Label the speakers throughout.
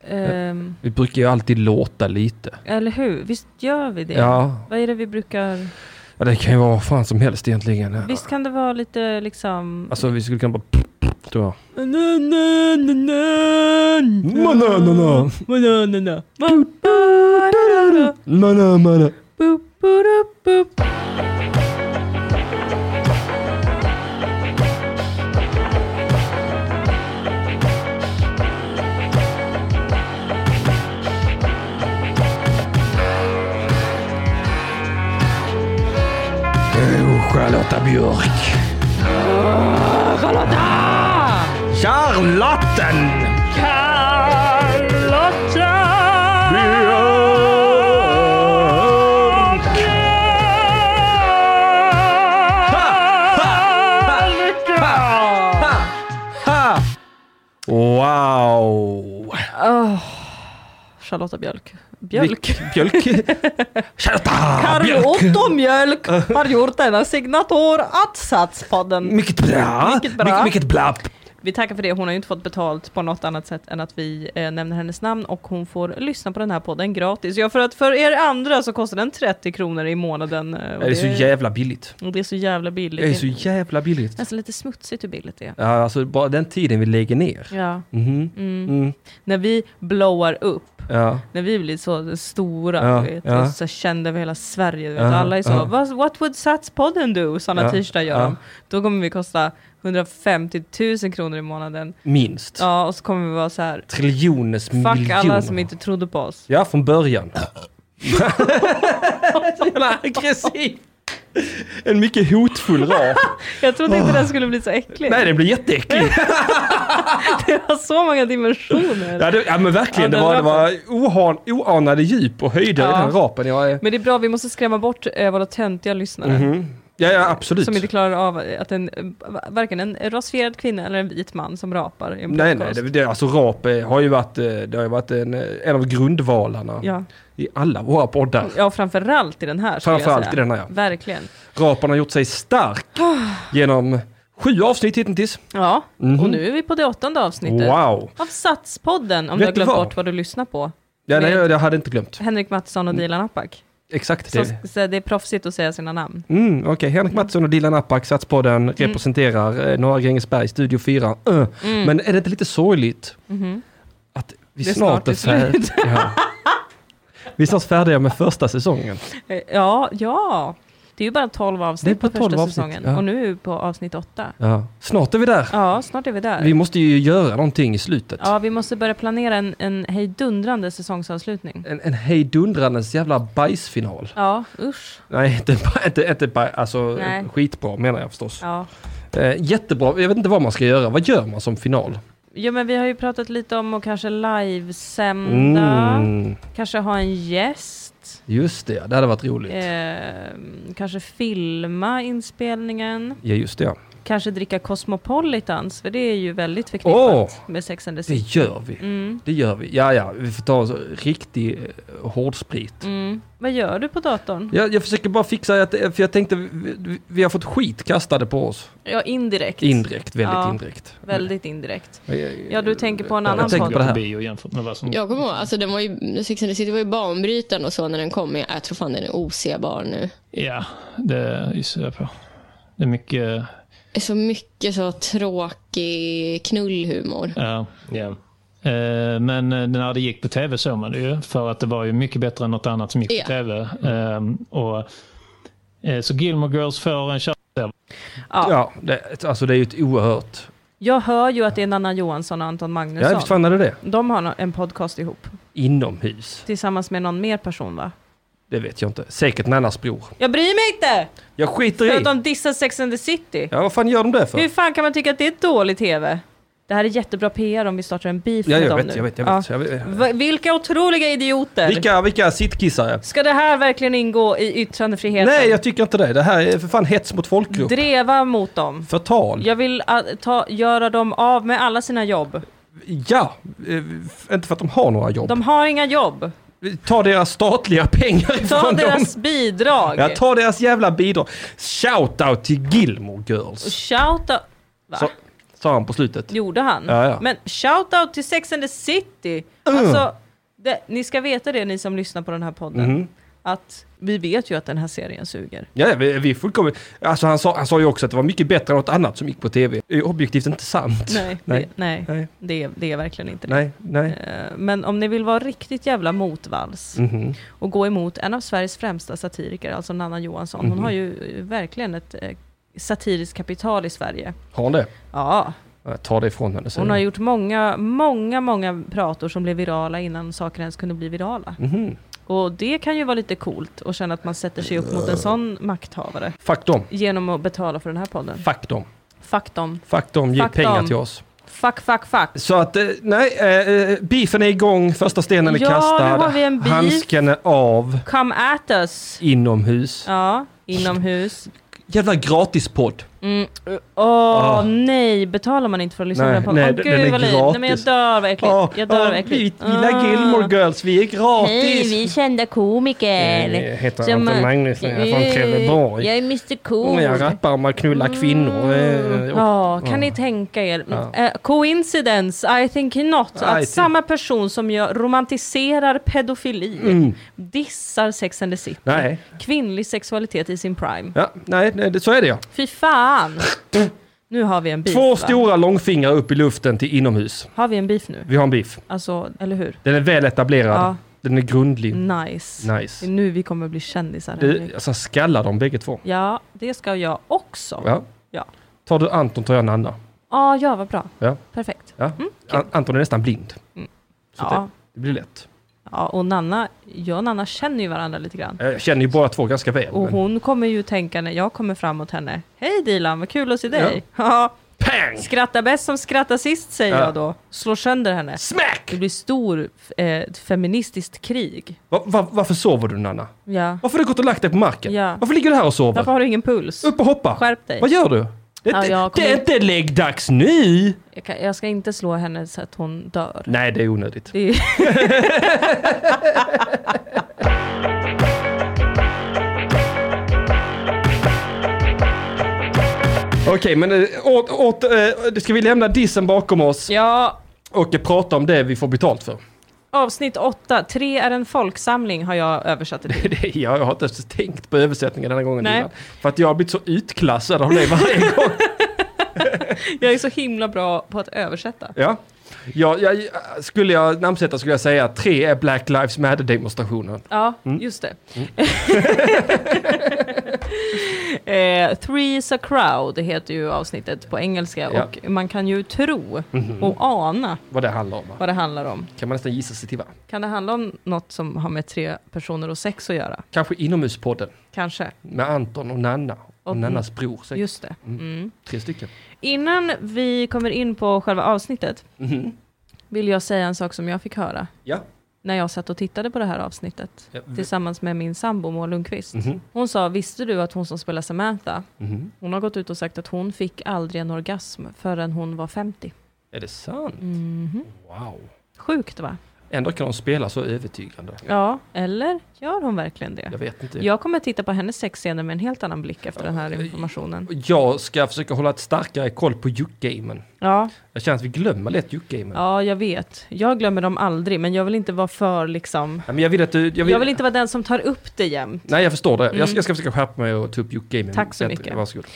Speaker 1: Ehm,
Speaker 2: Vi brukar ju alltid låta lite.
Speaker 1: eller hur? Visst gör vi det?
Speaker 2: Ja.
Speaker 1: Vad är det vi brukar...
Speaker 2: ja, det kan ju vara vad fan som helst egentligen.
Speaker 1: Visst kan det vara lite liksom...
Speaker 2: Alltså vi skulle kunna bara... Tror
Speaker 1: Na,
Speaker 2: jag.
Speaker 1: na, na, na, na.
Speaker 2: Na, na, na.
Speaker 1: Ma, na, na, na. Ma, ba, da, da, da.
Speaker 2: Mana, mana.
Speaker 1: Boop, boop, boop.
Speaker 2: Oh, Charlotta Björk. Charlotta! Charlotten! Charlotta! Björk! Wow!
Speaker 1: Åh, Charlotta Björk. Björk.
Speaker 2: Vil- Björk. Charlotta Björk.
Speaker 1: Carl-Otto Mjölk har gjort denna signaturattsatspodden.
Speaker 2: Mycket bra.
Speaker 1: Mycket bra.
Speaker 2: Mycket, mycket blapp.
Speaker 1: Vi tackar för det. Hon har ju inte fått betalt på något annat sätt än att vi eh, nämner hennes namn och hon får lyssna på den här podden gratis. Ja, för att för er andra så kostar den 30 kronor i månaden. eh, Och
Speaker 2: Det är så jävla billigt.
Speaker 1: och det är så jävla billigt.
Speaker 2: Det är så jävla billigt.
Speaker 1: Nästan lite smutsigt hur billigt det är.
Speaker 2: Ja, alltså bara den tiden vi lägger ner.
Speaker 1: Ja.
Speaker 2: Mhm.
Speaker 1: Mm.
Speaker 2: Mm.
Speaker 1: När vi blowar upp,
Speaker 2: Ja.
Speaker 1: när vi blir så stora,
Speaker 2: Ja,
Speaker 1: du vet,
Speaker 2: ja.
Speaker 1: och så kända över hela Sverige, du vet,
Speaker 2: Ja,
Speaker 1: alla är så
Speaker 2: ja.
Speaker 1: "Vad- What would Satspodden do? Sådana
Speaker 2: Ja,
Speaker 1: t-shirtar gör
Speaker 2: ja.
Speaker 1: de. Då kommer vi kosta 150 000 kronor i månaden.
Speaker 2: Minst.
Speaker 1: Ja, och så kommer vi vara så här.
Speaker 2: Triljoners
Speaker 1: Fuck
Speaker 2: miljoner.
Speaker 1: alla som inte trodde på oss.
Speaker 2: Ja, från början. Så jävla aggressiv. En mycket hotfull rap.
Speaker 1: Jag trodde inte den skulle bli så äcklig.
Speaker 2: Nej, den blir jätteäcklig.
Speaker 1: Det har så många dimensioner.
Speaker 2: Ja, det, ja men verkligen.
Speaker 1: Ja,
Speaker 2: det
Speaker 1: den
Speaker 2: var, det var ohan, oanade djup och höjder i
Speaker 1: Ja.
Speaker 2: den rapen. Jag är...
Speaker 1: Men det är bra, vi måste skrämma bort eh, våra töntiga lyssnare.
Speaker 2: Mhm. ja, ja, absolut.
Speaker 1: Som inte klarar av att en, eh, varken en rasifierad kvinna eller en vit man som rapar i en
Speaker 2: Nej, nej,
Speaker 1: podcast.
Speaker 2: det, det, alltså rap eh, har ju varit, eh, det har ju varit en, eh, en av grundvalarna
Speaker 1: Ja.
Speaker 2: i alla våra poddar.
Speaker 1: ja, framförallt i den här skulle jag
Speaker 2: Framförallt
Speaker 1: säga.
Speaker 2: i den här, ja.
Speaker 1: Verkligen.
Speaker 2: Rapen har gjort sig stark genom sju avsnitt hittills.
Speaker 1: Ja,
Speaker 2: Mhm.
Speaker 1: Ah. och nu är vi på det åttonde avsnittet.
Speaker 2: Wow!
Speaker 1: Av Satspodden, om
Speaker 2: Vet
Speaker 1: du har
Speaker 2: du
Speaker 1: glömt
Speaker 2: vad?
Speaker 1: bort vad du lyssnar på.
Speaker 2: Ja, nej,
Speaker 1: Med-
Speaker 2: jag jag hade inte glömt.
Speaker 1: Henrik Mattsson och Dilan Apak.
Speaker 2: Exakt.
Speaker 1: Så,
Speaker 2: Det.
Speaker 1: så det är proffsigt att säga sina namn.
Speaker 2: Mm, Okej, Henrik Mattsson och Dilan Apak, Satspodden, representerar eh, Norra Grängesberg, Studio 4. Öh.
Speaker 1: Mm.
Speaker 2: Men är det inte lite sorgligt
Speaker 1: Mhm.
Speaker 2: att vi
Speaker 1: Det är
Speaker 2: snart är
Speaker 1: snart det är
Speaker 2: färdiga? ja. Vi är snart färdiga med första säsongen.
Speaker 1: Eh, Ja, ja. Det är ju bara 12 avsnitt
Speaker 2: bara
Speaker 1: på första
Speaker 2: 12 avsnitt,
Speaker 1: säsongen.
Speaker 2: ja.
Speaker 1: Och nu är vi på avsnitt 8.
Speaker 2: Ja. Snart är vi där.
Speaker 1: Ja, snart är vi där.
Speaker 2: Vi måste ju göra någonting i slutet.
Speaker 1: Ja, vi måste börja planera en, en hejdundrande säsongsavslutning.
Speaker 2: En, en hejdundrandes jävla bajsfinal.
Speaker 1: Ja, usch.
Speaker 2: Nej, inte, ba- inte, inte baj, alltså
Speaker 1: Nej.
Speaker 2: skitbra menar jag förstås.
Speaker 1: Ja.
Speaker 2: Eh, jättebra, jag vet inte vad man ska göra. Vad gör man som final?
Speaker 1: ja, men vi har ju pratat lite om att kanske livesända,
Speaker 2: Mm,
Speaker 1: kanske ha en gäst,
Speaker 2: just det, det hade varit roligt.
Speaker 1: eh, kanske filma inspelningen,
Speaker 2: Ja, just det. ja.
Speaker 1: kanske dricka Cosmopolitans, för det är ju väldigt förknippat med Sex and the
Speaker 2: Det
Speaker 1: City.
Speaker 2: gör vi.
Speaker 1: Mm,
Speaker 2: Det gör vi. Ja, ja, vi får ta oss riktig eh, hårdsprit.
Speaker 1: mm. Vad gör du på datorn?
Speaker 2: Jag, jag försöker bara fixa, att, eh, för jag tänkte, vi, vi- vi har fått skit kastade på oss.
Speaker 1: Ja, indirekt.
Speaker 2: Indirekt, väldigt
Speaker 1: Ja,
Speaker 2: indirekt.
Speaker 1: Väldigt indirekt.
Speaker 2: Jag- jag-
Speaker 1: Ja, du tänker på en
Speaker 2: jag
Speaker 1: annan
Speaker 2: tänker
Speaker 1: podd.
Speaker 2: på det här.
Speaker 3: bio jämfört med vad som...
Speaker 4: Jag kommer ihåg, alltså den var ju, Sex and the City var ju banbrytande och så när den kom. men Jag tror fan den är osebar nu.
Speaker 3: Ja, det gissar jag på. Det är mycket...
Speaker 4: Det är så mycket så tråkig knullhumor.
Speaker 3: ja.
Speaker 5: Ja.
Speaker 3: Eh, men eh, när det gick på tv såg man det ju. För att det var ju mycket bättre än något annat som gick på
Speaker 4: Ja.
Speaker 3: tv. Eh, och, eh, så Gilmore Girls får en kär...
Speaker 1: Ja.
Speaker 2: Ja, det, alltså det är ju ett oerhört...
Speaker 1: Jag hör ju att det är Nanna Johansson och Anton
Speaker 2: Ja, visst
Speaker 1: Magnusson.
Speaker 2: fan är det det?
Speaker 1: De har no- en podcast ihop,
Speaker 2: Inomhus.
Speaker 1: tillsammans med någon mer person va?
Speaker 2: Det vet jag inte. Säkert Nannas bror.
Speaker 1: Jag bryr mig inte!
Speaker 2: Jag skiter
Speaker 1: För att
Speaker 2: i.
Speaker 1: de dissar Sex and the City.
Speaker 2: Ja, vad fan gör de det för?
Speaker 1: Hur fan kan man tycka att det är dålig tv? Det här är jättebra PR om vi startar en beef
Speaker 2: Ja,
Speaker 1: med
Speaker 2: jag
Speaker 1: dem
Speaker 2: vet,
Speaker 1: nu.
Speaker 2: jag vet, jag vet. Jag vet.
Speaker 1: Va- Vilka otroliga idioter!
Speaker 2: Vilka, vilka sittkissar jag?
Speaker 1: Ska det här verkligen ingå i yttrandefriheten?
Speaker 2: Nej, jag tycker inte det. Det här är för fan hets mot folkgrupp.
Speaker 1: Dreva mot dem.
Speaker 2: Förtal. Ja.
Speaker 1: Jag vill ah, ta, göra dem av med alla sina jobb.
Speaker 2: eh, f- inte för att de har några jobb.
Speaker 1: De har inga jobb.
Speaker 2: Ta deras statliga pengar
Speaker 1: Ta
Speaker 2: ifrån dem.
Speaker 1: deras bidrag.
Speaker 2: Ja, ta deras jävla bidrag. Shoutout till Gilmore Girls.
Speaker 1: Shout out. Va?
Speaker 2: Så- sa han på slutet.
Speaker 1: Gjorde han?
Speaker 2: Ja, Uh. ja.
Speaker 1: Men shout out till Sex and the City! Alltså, det, ni ska veta det ni som lyssnar på den här podden.
Speaker 2: Mhm.
Speaker 1: Att vi vet ju att den här serien suger.
Speaker 2: Ja, ja, vi, vi är fullkomligt... Alltså han sa, han sa ju också att det var mycket bättre än något annat som gick på tv. Det är ju objektivt inte sant.
Speaker 1: Nej,
Speaker 2: Nej.
Speaker 1: Det, nej,
Speaker 2: Nej,
Speaker 1: det, är, det är verkligen inte det.
Speaker 2: nej, nej.
Speaker 1: Eh, Men om ni vill vara riktigt jävla motvalls
Speaker 2: Mhm.
Speaker 1: och gå emot en av Sveriges främsta satiriker, alltså Nanna Johansson. Hon
Speaker 2: Mhm.
Speaker 1: har ju eh, verkligen ett eh, satiriskt kapital i Sverige.
Speaker 2: Har han det?
Speaker 1: Ja,
Speaker 2: Jag tar det ifrån henne sen.
Speaker 1: hon har gjort många, många, många prator som blev virala innan saker ens kunde bli virala.
Speaker 2: Mhm.
Speaker 1: Och det kan ju vara lite coolt att känna att man sätter sig upp mot en sån makthavare
Speaker 2: Fuck dem.
Speaker 1: genom att betala för den här podden.
Speaker 2: Fuck dem.
Speaker 1: Fuck dem.
Speaker 2: Fuck dem, ge
Speaker 1: Fuck
Speaker 2: pengar
Speaker 1: dem.
Speaker 2: till oss.
Speaker 1: Fuck, fuck, fuck.
Speaker 2: Så att, eh, nej, eh, eh, beefen är igång, första stenen är
Speaker 1: Ja, nu
Speaker 2: kastad.
Speaker 1: har vi en beef.
Speaker 2: Handsken är av,
Speaker 1: Come at us.
Speaker 2: inomhus.
Speaker 1: Ja, inomhus.
Speaker 2: Jävla gratispodd.
Speaker 1: Mm. Åh
Speaker 2: Ah.
Speaker 1: nej, betalar man inte för att lyssna
Speaker 2: Nej,
Speaker 1: på den
Speaker 2: nej,
Speaker 1: här
Speaker 2: den-
Speaker 1: podden? Åh
Speaker 2: den är
Speaker 1: gud vad lite. Nej men jag
Speaker 2: gratis.
Speaker 1: dör vad äckligt.
Speaker 2: Ja,
Speaker 1: jag dör
Speaker 2: ja,
Speaker 1: vad äckligt.
Speaker 2: Vi gillar
Speaker 1: Ah.
Speaker 2: Gilmore Girls, vi är gratis. Eh,
Speaker 5: Hej, vi är kända komiker.
Speaker 2: Jag heter
Speaker 5: Som-
Speaker 2: Anton Magnusson, jag är från
Speaker 5: Eh,
Speaker 2: Trelleborg.
Speaker 5: Jag är Mr
Speaker 2: Och
Speaker 5: Cool.
Speaker 2: Jag rappar om att knulla kvinnor. eh, och-
Speaker 1: Ah. Mm. Ja,
Speaker 2: ja.
Speaker 1: kan ni tänka er?
Speaker 2: Ja.
Speaker 1: Eh, coincidence, I think not.
Speaker 2: I
Speaker 1: att
Speaker 2: think-
Speaker 1: samma person som jag romantiserar pedofili
Speaker 2: Mm.
Speaker 1: dissar Sex and the City.
Speaker 2: Nej,
Speaker 1: Kvinnlig sexualitet i sin prime.
Speaker 2: ja, nej, nej, det- så är det ja.
Speaker 1: Fy fan! nu har vi en beef.
Speaker 2: Två
Speaker 1: va?
Speaker 2: stora långfingrar upp i luften till inomhus.
Speaker 1: Har vi en beef nu?
Speaker 2: Vi har en beef.
Speaker 1: Alltså, eller hur?
Speaker 2: Den är väl etablerad.
Speaker 1: Ja,
Speaker 2: Den är grundlig.
Speaker 1: nice.
Speaker 2: Nice.
Speaker 1: Det är nu vi kommer bli kändisar.
Speaker 2: Du,
Speaker 1: Henrik.
Speaker 2: alltså skallar de bägge två?
Speaker 1: Ja, det ska jag också. Ja,
Speaker 2: Ja.
Speaker 1: Ja.
Speaker 2: Tar du Anton tar jag Nanna.
Speaker 1: ah, ja vad bra.
Speaker 2: Ja.
Speaker 1: Perfekt.
Speaker 2: Ja. An- Anton är nästan blind.
Speaker 1: Mm.
Speaker 2: Så att
Speaker 1: Ja.
Speaker 2: det, det blir lätt.
Speaker 1: ja, och Nanna, jag och Nanna känner ju varandra lite grann.
Speaker 2: Eh, Jag känner ju båda två ganska väl.
Speaker 1: Och
Speaker 2: men...
Speaker 1: hon kommer ju tänka när jag kommer framåt henne. Hej Dilan, vad kul att se dig. Ja.
Speaker 2: Pang!
Speaker 1: Skratta bäst som skrattar sist säger
Speaker 2: Ja.
Speaker 1: jag då. Slår sönder henne.
Speaker 2: Smack!
Speaker 1: Det blir stor eh, ett feministiskt krig.
Speaker 2: Va, va, varför sover du Nanna?
Speaker 1: Ja.
Speaker 2: Varför har du gått och lagt dig på marken?
Speaker 1: Ja.
Speaker 2: Varför ligger du här och sover?
Speaker 1: Varför har du ingen puls?
Speaker 2: Upp och hoppa!
Speaker 1: Skärp dig.
Speaker 2: Vad gör du? Det,
Speaker 1: Ja,
Speaker 2: är
Speaker 1: jag
Speaker 2: inte- det
Speaker 1: kommer-
Speaker 2: är inte läggdags nu!
Speaker 1: Jag, kan, jag ska inte slå henne så att hon dör.
Speaker 2: Nej, det är onödigt.
Speaker 1: Det är,
Speaker 2: Okej, men äh, åt, åt, äh, ska vi lämna dissen bakom oss
Speaker 1: ja,
Speaker 2: och eh, prata om det vi får betalt för?
Speaker 1: avsnitt 8. Tre är en folksamling har jag översatt det till.
Speaker 2: Det- Jag har inte ens tänkt på översättningen den här gången
Speaker 1: Nej.
Speaker 2: innan. För att jag har blivit så utklassad av dig varje gång.
Speaker 1: Jag är så himla bra på att översätta.
Speaker 2: Ja. Ja, jag, skulle jag namnsätta skulle jag säga att tre är Black Lives Matter-demonstrationen.
Speaker 1: Ja,
Speaker 2: Mm.
Speaker 1: just det. eh, Three's a crowd heter ju avsnittet på engelska
Speaker 2: Ja. Mm.
Speaker 1: och man kan ju tro och ana
Speaker 2: Vad det handlar om. va?
Speaker 1: vad det handlar om.
Speaker 2: Kan man nästan gissa sig till va?
Speaker 1: Kan det handla om något som har med tre personer och sex att göra?
Speaker 2: Kanske Inomhuspodden
Speaker 1: Kanske.
Speaker 2: med Anton och Nanna. Och
Speaker 1: Och-
Speaker 2: Nannas bror, säkert.
Speaker 1: Just det. Mm.
Speaker 2: tre stycken.
Speaker 1: Innan vi kommer in på själva avsnittet
Speaker 2: Mhm.
Speaker 1: vill jag säga en sak som jag fick höra
Speaker 2: Ja.
Speaker 1: när jag satt och tittade på det här avsnittet
Speaker 2: Ja, vi-
Speaker 1: tillsammans med min sambo Moa Lundqvist.
Speaker 2: Mhm.
Speaker 1: Hon sa, visste du att hon som spelar Samantha
Speaker 2: Mhm.
Speaker 1: Hon har gått ut och sagt att hon fick aldrig en orgasm förrän hon var 50.
Speaker 2: Är det sant?
Speaker 1: Mhm.
Speaker 2: Wow.
Speaker 1: Sjukt va?
Speaker 2: Ändå kan de spela så övertygande.
Speaker 1: Ja, eller gör hon verkligen
Speaker 2: Jag
Speaker 1: det?
Speaker 2: vet inte.
Speaker 1: Jag kommer titta på hennes sexscener med en helt annan blick efter den här informationen.
Speaker 2: Jag ska försöka hålla ett starkare koll på Juke-gamen.
Speaker 1: Ja,
Speaker 2: Jag känner att vi glömmer lätt Juke-gamen.
Speaker 1: ja, jag vet. Jag glömmer dem aldrig, men jag vill inte vara för liksom...
Speaker 2: Nej, men jag vill att du...
Speaker 1: Jag vill inte vara den som tar upp det jämt.
Speaker 2: Nej, jag förstår det. Jag,
Speaker 1: Mm.
Speaker 2: ska, jag ska försöka skärpa mig och ta upp Juke-gamen.
Speaker 1: Tack så
Speaker 2: bättre.
Speaker 1: mycket. Mm.
Speaker 2: Varsågod.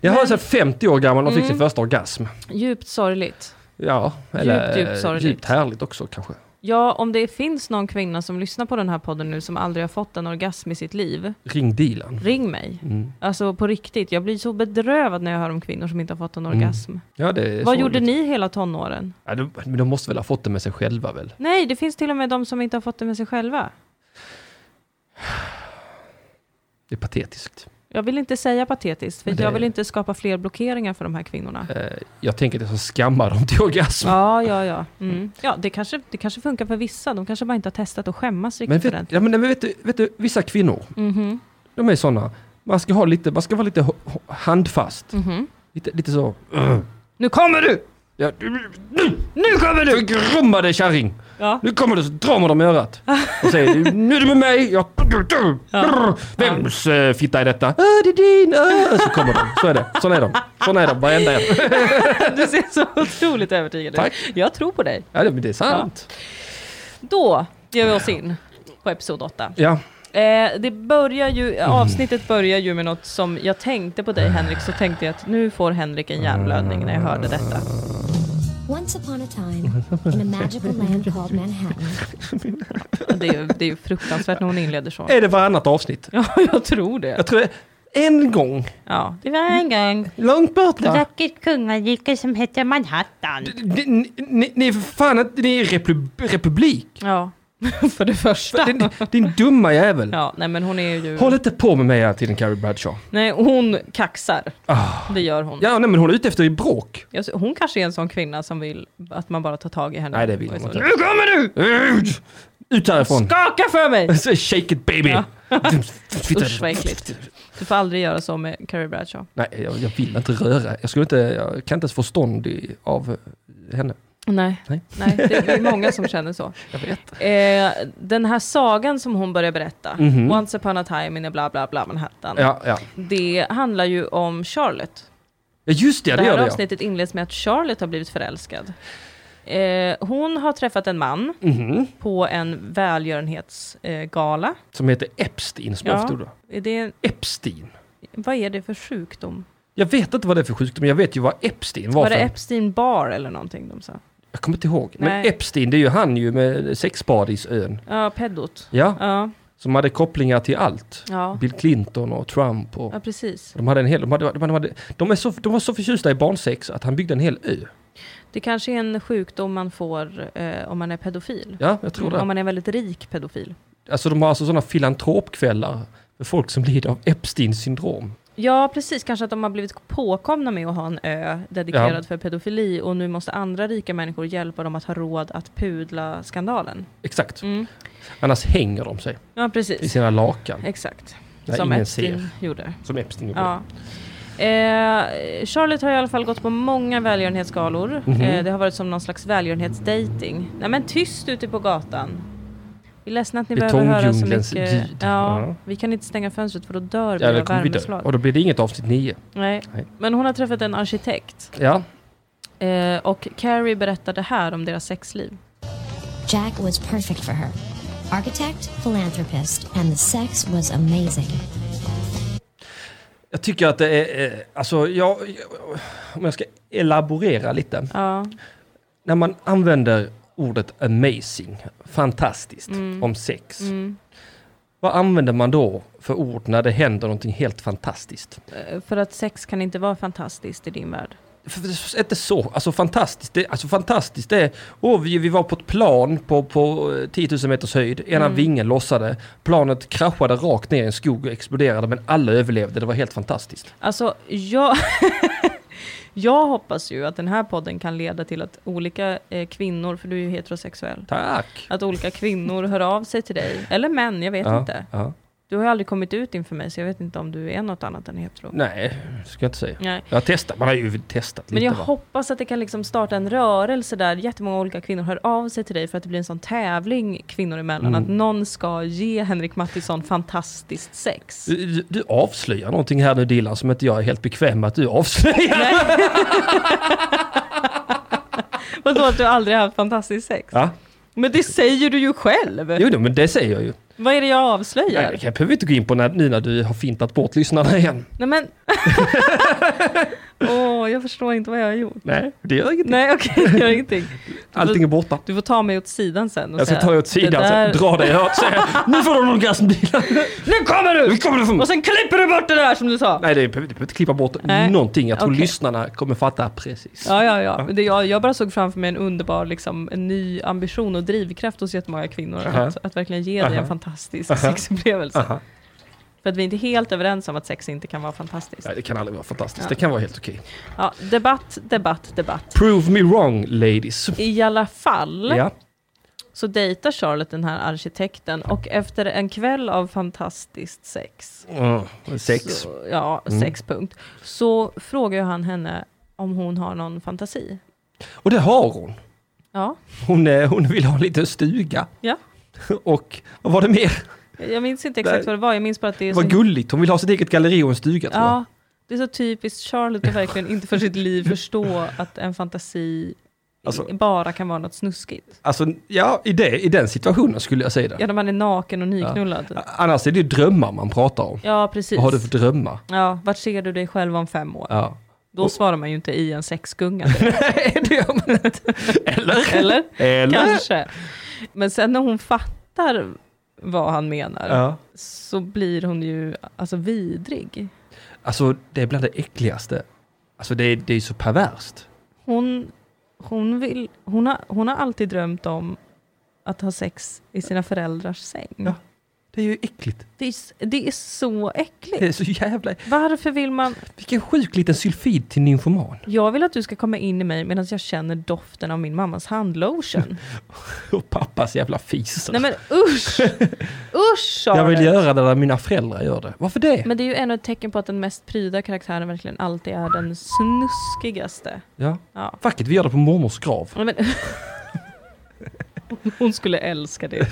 Speaker 2: Jag har alltså 50 år gammal och fick sin första orgasm.
Speaker 1: Djupt sorgligt.
Speaker 2: Ja, eller
Speaker 1: djupt
Speaker 2: eh,
Speaker 1: sorgligt.
Speaker 2: djupt härligt också kanske.
Speaker 1: Ja, om det finns någon kvinna som lyssnar på den här podden nu som aldrig har fått en orgasm i sitt liv,
Speaker 2: Ring Dilan.
Speaker 1: ring mig.
Speaker 2: Mm.
Speaker 1: Alltså på riktigt, jag blir så bedrövad när jag hör om kvinnor som inte har fått en
Speaker 2: Mm.
Speaker 1: orgasm.
Speaker 2: Ja, det är
Speaker 1: Vad
Speaker 2: sorgligt.
Speaker 1: gjorde ni hela tonåren?
Speaker 2: Ja, de, men de måste väl ha fått det med sig själva väl?
Speaker 1: Nej, det finns till och med de som inte har fått det med sig själva.
Speaker 2: Det är patetiskt.
Speaker 1: Jag vill inte säga patetiskt, för
Speaker 2: Men det-
Speaker 1: jag vill inte skapa fler blockeringar för de här kvinnorna.
Speaker 2: Eh, jag tänker att jag ska skamma dem till orgasm.
Speaker 1: Ja, ja, ja. Mm. Ja, det kanske, det kanske funkar för vissa. De kanske bara inte har testat att skämmas
Speaker 2: men
Speaker 1: riktigt
Speaker 2: vet, Mm.
Speaker 1: ordentligt.
Speaker 2: ja, men, men vet, du, vet du, vissa kvinnor,
Speaker 1: Mhm,
Speaker 2: de är sådana. Man ska, ha lite, man ska vara lite ho- ho- handfast.
Speaker 1: mhm.
Speaker 2: Lite, lite så.
Speaker 1: Nu kommer du!
Speaker 2: Ja, du- nu, nu kommer du! Förgrumma dig kärring!
Speaker 1: Ja.
Speaker 2: Nu kommer du så drar man dem i örat. Och säger nu är det med mig. Jag... Vems eh, fitta är detta? Äh, det är din. Äh. Så kommer de. Så är det. Såna är de. Såna är de. Varenda en.
Speaker 1: Du ser så otroligt övertygad
Speaker 2: Tack.
Speaker 1: ut. Jag tror på dig.
Speaker 2: Ja, det, men det är sant.
Speaker 1: Då ger vi oss in på episod 8.
Speaker 2: Ja.
Speaker 1: Eh, det börjar ju,
Speaker 2: Mm.
Speaker 1: avsnittet börjar ju med något som jag tänkte på dig Henrik, så tänkte jag att nu får Henrik en hjärnblödning när jag hörde detta.
Speaker 6: Once upon a time, in a magical land called Manhattan,
Speaker 1: Det är ju, det är ju fruktansvärt när hon inleder så.
Speaker 2: Är det varannat avsnitt?
Speaker 1: Ja, jag tror det.
Speaker 2: Jag tror det är en gång.
Speaker 1: Ja.
Speaker 5: Det var en gång
Speaker 2: Långt borta.
Speaker 5: vackert kungarike som hette Manhattan.
Speaker 2: Ni, ni- ni, ni är för fan inte- ni är repub, republik.
Speaker 1: ja. För det första.
Speaker 2: Din, din dumma jävel.
Speaker 1: Ja, nej men hon är ju...
Speaker 2: Håll inte på med mig hela tiden Carrie Bradshaw.
Speaker 1: Nej, hon kaxar. Det gör hon.
Speaker 2: Ah. Ja, nej, men hon är ute efter i bråk.
Speaker 1: Jag- Hon kanske är en sån kvinna som vill att man bara tar tag i henne.
Speaker 2: Nej, det vill hon
Speaker 1: Och så-
Speaker 2: inte. Mm. Nu kommer du! Ut! Ut härifrån!
Speaker 1: Skaka för mig!
Speaker 2: Shake it baby!
Speaker 1: Ja.
Speaker 2: Fitta.
Speaker 1: Usch, vad äckligt. Du får aldrig göra så med Carrie Bradshaw.
Speaker 2: Nej, jag, jag vill inte röra. Jag, skulle inte, jag kan inte ens få stånd i, av eh, henne.
Speaker 1: Nej.
Speaker 2: Nej.
Speaker 1: Nej. det är många som känner så.
Speaker 2: Jag vet.
Speaker 1: Eh, den här sagan som hon börjar berätta,
Speaker 2: Mhm.
Speaker 1: Once upon a time in a bla bla bla Manhattan,
Speaker 2: Ja, ja.
Speaker 1: det handlar ju om Charlotte.
Speaker 2: ja just det, det,
Speaker 1: det
Speaker 2: gör
Speaker 1: här
Speaker 2: det ja.
Speaker 1: avsnittet inleds med att Charlotte har blivit förälskad. Eh, hon har träffat en man
Speaker 2: Mhm.
Speaker 1: på en välgörenhetsgala. Eh, gala.
Speaker 2: Som heter Epstein, som
Speaker 1: Ja.
Speaker 2: jag förstod det.
Speaker 1: Är det,
Speaker 2: Epstein.
Speaker 1: vad är det för sjukdom?
Speaker 2: Jag vet inte vad det är för sjukdom, jag vet ju vad Epstein var,
Speaker 1: Var det
Speaker 2: för.
Speaker 1: Epstein Barr eller någonting de sa?
Speaker 2: jag kommer inte ihåg. Men
Speaker 1: Nej.
Speaker 2: Epstein, det är ju han ju med sexparadisön.
Speaker 1: Ja, peddot.
Speaker 2: Ja,
Speaker 1: Ja,
Speaker 2: som hade kopplingar till allt.
Speaker 1: ja.
Speaker 2: Bill Clinton och Trump och...
Speaker 1: ja, precis.
Speaker 2: De, hade en hel, de, hade, de, hade, de, är så, de var så förtjusta i barnsex att han byggde en hel ö.
Speaker 1: Det kanske är en sjukdom man får eh, om man är pedofil.
Speaker 2: Ja, jag tror det.
Speaker 1: Om man är en väldigt rik pedofil.
Speaker 2: Alltså de har alltså sådana filantropkvällar för folk som lider av Epsteins syndrom.
Speaker 1: Ja, precis. Kanske att de har blivit påkomna med att ha en ö dedikerad för pedofili och nu måste andra rika människor hjälpa dem att ha råd att pudla skandalen.
Speaker 2: Exakt.
Speaker 1: Mm.
Speaker 2: Annars hänger de sig
Speaker 1: Ja,
Speaker 2: i
Speaker 1: precis.
Speaker 2: sina lakan.
Speaker 1: Exakt.
Speaker 2: Där
Speaker 1: Som
Speaker 2: ingen
Speaker 1: Epstein gjorde.
Speaker 2: Som Epstein gjorde.
Speaker 1: Ja. Eh, Charlotte har i alla fall gått på många välgörenhetsgalor.
Speaker 2: Mhm.
Speaker 1: Eh, det har varit som någon slags välgörenhetsdating. Nej men tyst ute på gatan. Vi är ledsna att ni behöver höra så
Speaker 2: Betongdjungelns
Speaker 1: mycket.
Speaker 2: ljud.
Speaker 1: Ja,
Speaker 2: Ja.
Speaker 1: Vi kan inte stänga fönstret för då dör
Speaker 2: Ja,
Speaker 1: vi
Speaker 2: det
Speaker 1: av
Speaker 2: kommer vi dö.
Speaker 1: värmeslag.
Speaker 2: Och då blir det inget avsnitt nio.
Speaker 1: Nej.
Speaker 2: Nej.
Speaker 1: Men hon har träffat en arkitekt.
Speaker 2: Ja,
Speaker 1: Eh, och Carrie berättade här om deras sexliv.
Speaker 6: Jack was perfect for her. Architect, philanthropist, and the sex was amazing.
Speaker 2: jag tycker att det är, eh, alltså jag, jag- om jag ska elaborera lite.
Speaker 1: Ja,
Speaker 2: När man använder ordet amazing, fantastiskt,
Speaker 1: Mm.
Speaker 2: om sex. Vad använder man då för ord när det händer någonting helt fantastiskt?
Speaker 1: eh, för att sex kan inte vara fantastiskt i din värld.
Speaker 2: För det är inte så, alltså fantastiskt, det, alltså fantastiskt det är, åh vi, vi var på ett plan på, på eh, 10 000 meters höjd, ena
Speaker 1: Mm.
Speaker 2: vingen lossade, planet kraschade rakt ner i en skog och exploderade men alla överlevde, det var helt fantastiskt.
Speaker 1: Alltså, jag... jag hoppas ju att den här podden kan leda till att olika eh, kvinnor, för du är ju heterosexuell,
Speaker 2: Tack!
Speaker 1: att olika kvinnor hör av sig till dig, eller män, jag vet
Speaker 2: Ja,
Speaker 1: inte.
Speaker 2: ja.
Speaker 1: Du har ju aldrig kommit ut inför mig, så jag vet inte om du är något annat än hetero.
Speaker 2: Nej, det ska jag inte säga.
Speaker 1: Nej.
Speaker 2: Jag har testat, man har ju testat
Speaker 1: Men
Speaker 2: lite
Speaker 1: jag
Speaker 2: va?
Speaker 1: hoppas att det kan liksom starta en rörelse där jättemånga olika kvinnor hör av sig till dig för att det blir en sån tävling kvinnor emellan.
Speaker 2: Mm.
Speaker 1: Att någon ska ge Henrik Mattisson fantastiskt sex.
Speaker 2: Du, du- du avslöjar någonting här nu Dilan som inte jag är helt bekväm med att du avslöjar.
Speaker 1: Vadå att du aldrig haft fantastiskt sex?
Speaker 2: Ja.
Speaker 1: Men det säger du ju själv!
Speaker 2: Jo, då, men det säger jag ju.
Speaker 1: Vad är det jag
Speaker 2: Nej,
Speaker 1: avslöjar?
Speaker 2: det kan- behöver vi inte gå in på när, nu när du har fintat bort lyssnarna igen.
Speaker 1: Nej men... Åh, jag förstår inte vad jag har gjort.
Speaker 2: Nej, det gör ingenting.
Speaker 1: Nej okej, gör ingenting.
Speaker 2: Allting är borta.
Speaker 1: Du får ta mig åt sidan sen. Och
Speaker 2: Jag ska
Speaker 1: säga,
Speaker 2: Alltså, ta dig åt sidan,
Speaker 1: "Det
Speaker 2: där... dra dig i hört, säga nu får du en orgasm Dilan.
Speaker 1: Nu kommer du!
Speaker 2: Nu kommer du från...
Speaker 1: Och sen klipper du bort det där som du sa!
Speaker 2: Nej, det behöver du behöver inte klippa bort
Speaker 1: Nej.
Speaker 2: någonting. Jag tror
Speaker 1: Okej.
Speaker 2: lyssnarna kommer fatta precis.
Speaker 1: Ja, ja, ja. Men Det, jag, jag bara såg framför mig en underbar liksom, en ny ambition och drivkraft hos jättemånga kvinnor.
Speaker 2: Aha.
Speaker 1: Att, att verkligen ge dig
Speaker 2: Aha.
Speaker 1: en fantastisk
Speaker 2: Aha.
Speaker 1: sexupplevelse.
Speaker 2: Aha.
Speaker 1: För att vi är inte helt överens om att sex inte kan vara fantastiskt.
Speaker 2: Nej, det kan aldrig vara fantastiskt.
Speaker 1: Ja.
Speaker 2: Det kan vara helt okej.
Speaker 1: Ja, debatt, debatt, debatt.
Speaker 2: Prove me wrong ladies.
Speaker 1: I alla fall
Speaker 2: Ja.
Speaker 1: så dejtar Charlotte den här arkitekten och efter en kväll av fantastiskt sex,
Speaker 2: Mm. Sex. Mm.
Speaker 1: Så, ja, sex punkt, så frågar ju han henne om hon har någon fantasi.
Speaker 2: Och det har hon.
Speaker 1: Ja,
Speaker 2: Hon, eh, hon vill ha en liten stuga.
Speaker 1: ja.
Speaker 2: Och vad var det mer?
Speaker 1: Jag minns inte exakt vad det var, jag minns bara att det är
Speaker 2: Vad
Speaker 1: så...
Speaker 2: gulligt, hon vill ha sitt eget galleri och en stuga tror jag.
Speaker 1: Ja, det är så typiskt Charlotte att verkligen inte för sitt liv förstå att en fantasi
Speaker 2: Alltså-
Speaker 1: bara kan vara något snuskigt.
Speaker 2: Alltså, ja, i, det, i den situationen skulle jag säga det.
Speaker 1: Ja, när man är naken och nyknullad. Ja,
Speaker 2: Annars är det ju drömmar man pratar om.
Speaker 1: precis.
Speaker 2: Vad har du för drömmar?
Speaker 1: Ja, vart ser du dig själv om fem år?
Speaker 2: Ja.
Speaker 1: Då svarar man ju inte i en sexgunga,
Speaker 2: Nej, det gör man inte. Eller?
Speaker 1: eller?
Speaker 2: Eller?
Speaker 1: Kanske. Men sen när hon fattar vad han menar
Speaker 2: Ja.
Speaker 1: så blir hon ju alltså vidrig.
Speaker 2: Alltså, det är bland det äckligaste. Alltså, det är, det är så perverst.
Speaker 1: Hon, hon, vill, hon, har, hon har alltid drömt om att ha sex i sina föräldrars säng.
Speaker 2: Ja. Det är ju äckligt.
Speaker 1: Det, är, s- det är så äckligt.
Speaker 2: Det är så jävla...
Speaker 1: Varför vill man...
Speaker 2: Vilken sjuk liten sylfid till nymfoman.
Speaker 1: Jag vill att du ska komma in i mig medan jag känner doften av min mammas handlotion.
Speaker 2: Och pappas jävla fis.
Speaker 1: Nej men usch! Usch
Speaker 2: jag vill
Speaker 1: Charlotte.
Speaker 2: göra det där mina föräldrar gör det. Varför det?
Speaker 1: Men det är ju ännu ett tecken på att den mest pryda karaktären verkligen alltid är den snuskigaste.
Speaker 2: Ja.
Speaker 1: Ja.
Speaker 2: Fuck it, vi gör det på mormors grav.
Speaker 1: Men, hon skulle älska det.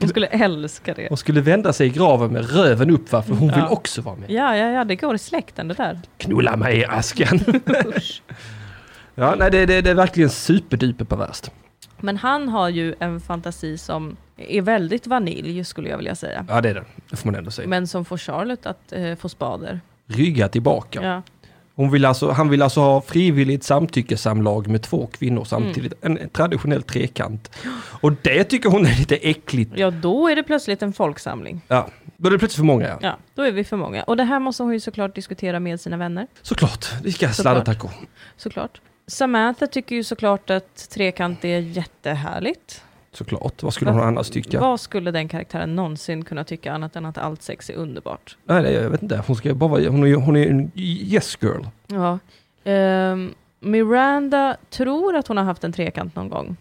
Speaker 1: Hon skulle älska det.
Speaker 2: Hon skulle vända sig i graven med röven upp va, för hon
Speaker 1: Ja.
Speaker 2: vill också vara med.
Speaker 1: Ja, ja, ja, det går i släkten det där.
Speaker 2: Knulla mig i asken.
Speaker 1: Usch.
Speaker 2: Ja, nej det, det, det är verkligen superduper perverst.
Speaker 1: Men han har ju en fantasi som är väldigt vanilj skulle jag vilja säga.
Speaker 2: Ja det är det, det får man ändå säga.
Speaker 1: Men som får Charlotte att eh, få spader.
Speaker 2: Rygga tillbaka.
Speaker 1: Ja.
Speaker 2: Hon vill alltså, han vill alltså ha frivilligt samtyckessamlag med två kvinnor samtidigt.
Speaker 1: Mm.
Speaker 2: En, en traditionell trekant. Och det tycker hon är lite äckligt.
Speaker 1: ja, då är det plötsligt en folksamling.
Speaker 2: Ja, då är det plötsligt för många ja.
Speaker 1: Ja, då är vi för många. Och det här måste hon ju såklart diskutera med sina vänner.
Speaker 2: Såklart, det ska
Speaker 1: Såklart.
Speaker 2: sladdertackor.
Speaker 1: Såklart. Samantha tycker ju såklart att trekant är jättehärligt.
Speaker 2: Såklart, vad skulle hon annars tycka?
Speaker 1: Vad skulle den karaktären någonsin kunna tycka annat än att allt sex är underbart?
Speaker 2: Nej, nej, jag vet inte. Hon, ska bara, vara- hon, är, hon är en yes girl.
Speaker 1: Ja. Ehm, Miranda tror att hon har haft en trekant någon gång.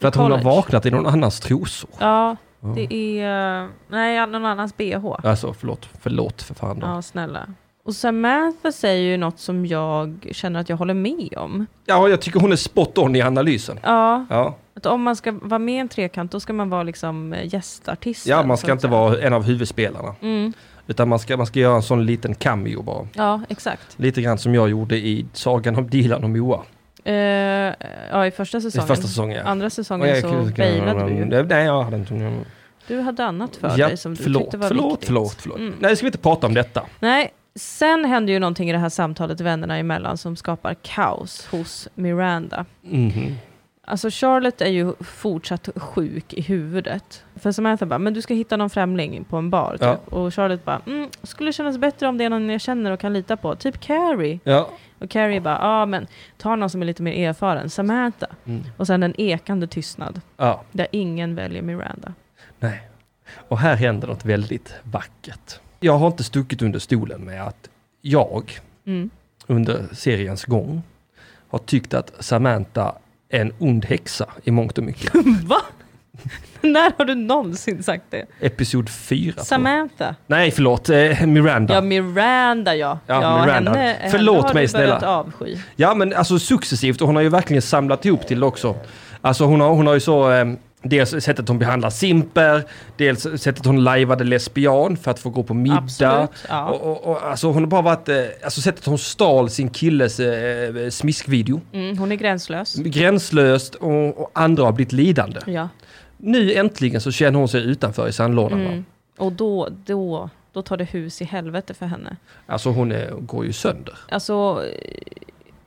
Speaker 2: För att hon har
Speaker 1: college.
Speaker 2: vaknat i någon annans trosor.
Speaker 1: Ja,
Speaker 2: Ja.
Speaker 1: det är... eh, Nej, någon annans bh.
Speaker 2: Alltså förlåt, förlåt för fan. Då. Ja.
Speaker 1: Ja, snälla. Och Samantha säger ju något som jag känner att jag håller med om.
Speaker 2: jag tycker hon är spot on i analysen.
Speaker 1: Ja,
Speaker 2: Ja,
Speaker 1: att om man ska vara med i en trekant då ska man vara liksom eh, gästartist.
Speaker 2: ja man
Speaker 1: så
Speaker 2: ska
Speaker 1: att
Speaker 2: inte
Speaker 1: säga.
Speaker 2: vara en av huvudspelarna.
Speaker 1: Mm,
Speaker 2: Utan man ska, man ska göra en sån liten cameo bara.
Speaker 1: ja, exakt.
Speaker 2: Lite grann som jag gjorde i Sagan om Dilan och Moa.
Speaker 1: Eh, ja, i första
Speaker 2: I
Speaker 1: säsongen.
Speaker 2: första säsongen ja.
Speaker 1: Andra säsongen
Speaker 2: Och jag-
Speaker 1: så bailade du ju.
Speaker 2: Nej, jag hade inte...
Speaker 1: Du hade annat för
Speaker 2: Ja,
Speaker 1: dig som du
Speaker 2: förlåt,
Speaker 1: tyckte var
Speaker 2: förlåt,
Speaker 1: viktigt.
Speaker 2: förlåt, förlåt.
Speaker 1: Mm.
Speaker 2: Nej, ska vi inte prata om detta.
Speaker 1: Nej, sen händer ju någonting i det här samtalet vännerna emellan som skapar kaos hos Miranda.
Speaker 2: Mhm.
Speaker 1: Alltså Charlotte är ju fortsatt sjuk i huvudet. För Samantha bara, men du ska hitta någon främling på en bar. Typ.
Speaker 2: Ja.
Speaker 1: Och Charlotte bara, mm, skulle kännas bättre om det är någon jag känner och kan lita på. Typ Carrie.
Speaker 2: Ja,
Speaker 1: Och Carrie bara, ja ah, men ta någon som är lite mer erfaren. Samantha.
Speaker 2: Mm.
Speaker 1: Och sen en ekande tystnad
Speaker 2: ja,
Speaker 1: där ingen väljer Miranda.
Speaker 2: nej. Och här händer något väldigt vackert. Jag har inte stuckit under stolen med att jag
Speaker 1: Mm.
Speaker 2: under seriens gång har tyckt att Samantha är en ond häxa i mångt och mycket.
Speaker 1: Va? När har du någonsin sagt det?
Speaker 2: Episod 4.
Speaker 1: Samantha.
Speaker 2: Nej, förlåt. Eh, Miranda.
Speaker 1: Ja,
Speaker 2: Ja.
Speaker 1: Miranda ja.
Speaker 2: Ja, Miranda.
Speaker 1: Henne,
Speaker 2: Förlåt
Speaker 1: henne har
Speaker 2: mig,
Speaker 1: du börjat
Speaker 2: snälla.
Speaker 1: avsky.
Speaker 2: men alltså successivt. Och hon har ju verkligen samlat ihop till det också. Alltså hon har, hon har ju så... Eh, dels sättet hon behandlar simper, dels sättet hon lajvade lesbian för att få gå på middag.
Speaker 1: Absolut. Ja.
Speaker 2: Och, och, och, alltså hon har bara varit... Eh, alltså sättet hon stal sin killes eh, smiskvideo.
Speaker 1: Mm, hon är gränslös.
Speaker 2: Gränslöst och, och andra har blivit lidande.
Speaker 1: Ja.
Speaker 2: Nu äntligen så känner hon sig utanför i sandlådan. va?
Speaker 1: Mm. Och då, då, då tar det hus i helvete för henne.
Speaker 2: Alltså hon är, går ju sönder.
Speaker 1: Alltså, eh,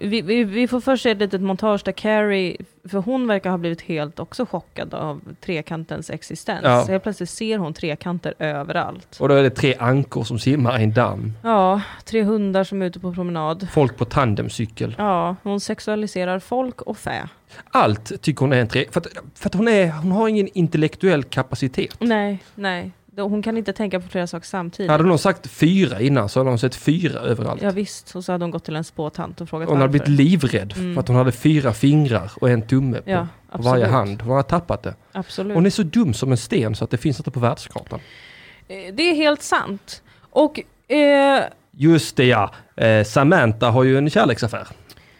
Speaker 1: vi, vi, vi får först se ett litet montage där Carrie, för hon verkar ha blivit helt också chockad av trekantens existens.
Speaker 2: Ja.
Speaker 1: Så helt plötsligt ser hon trekanter överallt.
Speaker 2: Och då är det tre ankor som simmar i en damm.
Speaker 1: Ja, tre hundar som är ute på promenad.
Speaker 2: Folk på tandemcykel.
Speaker 1: Ja, hon sexualiserar folk och fä.
Speaker 2: Allt tycker hon är en tre... För att, för att hon, är, hon har ingen intellektuell kapacitet.
Speaker 1: Nej, nej. Då- Hon kan inte tänka på flera saker samtidigt.
Speaker 2: Hade någon sagt fyra innan så hade hon sett fyra överallt.
Speaker 1: Ja, visst, och så hade hon gått till en spåtant och frågat
Speaker 2: hon hade
Speaker 1: varför. Mm.
Speaker 2: blivit livrädd för att hon hade fyra fingrar och en tumme på,
Speaker 1: ja,
Speaker 2: på
Speaker 1: absolut.
Speaker 2: varje hand. Hon hade tappat det.
Speaker 1: Absolut.
Speaker 2: Hon är så dum som en sten så att det finns inte på världskartan.
Speaker 1: Eh, Det är helt sant. Och eh,
Speaker 2: Just det ja, eh, Samantha har ju en kärleksaffär.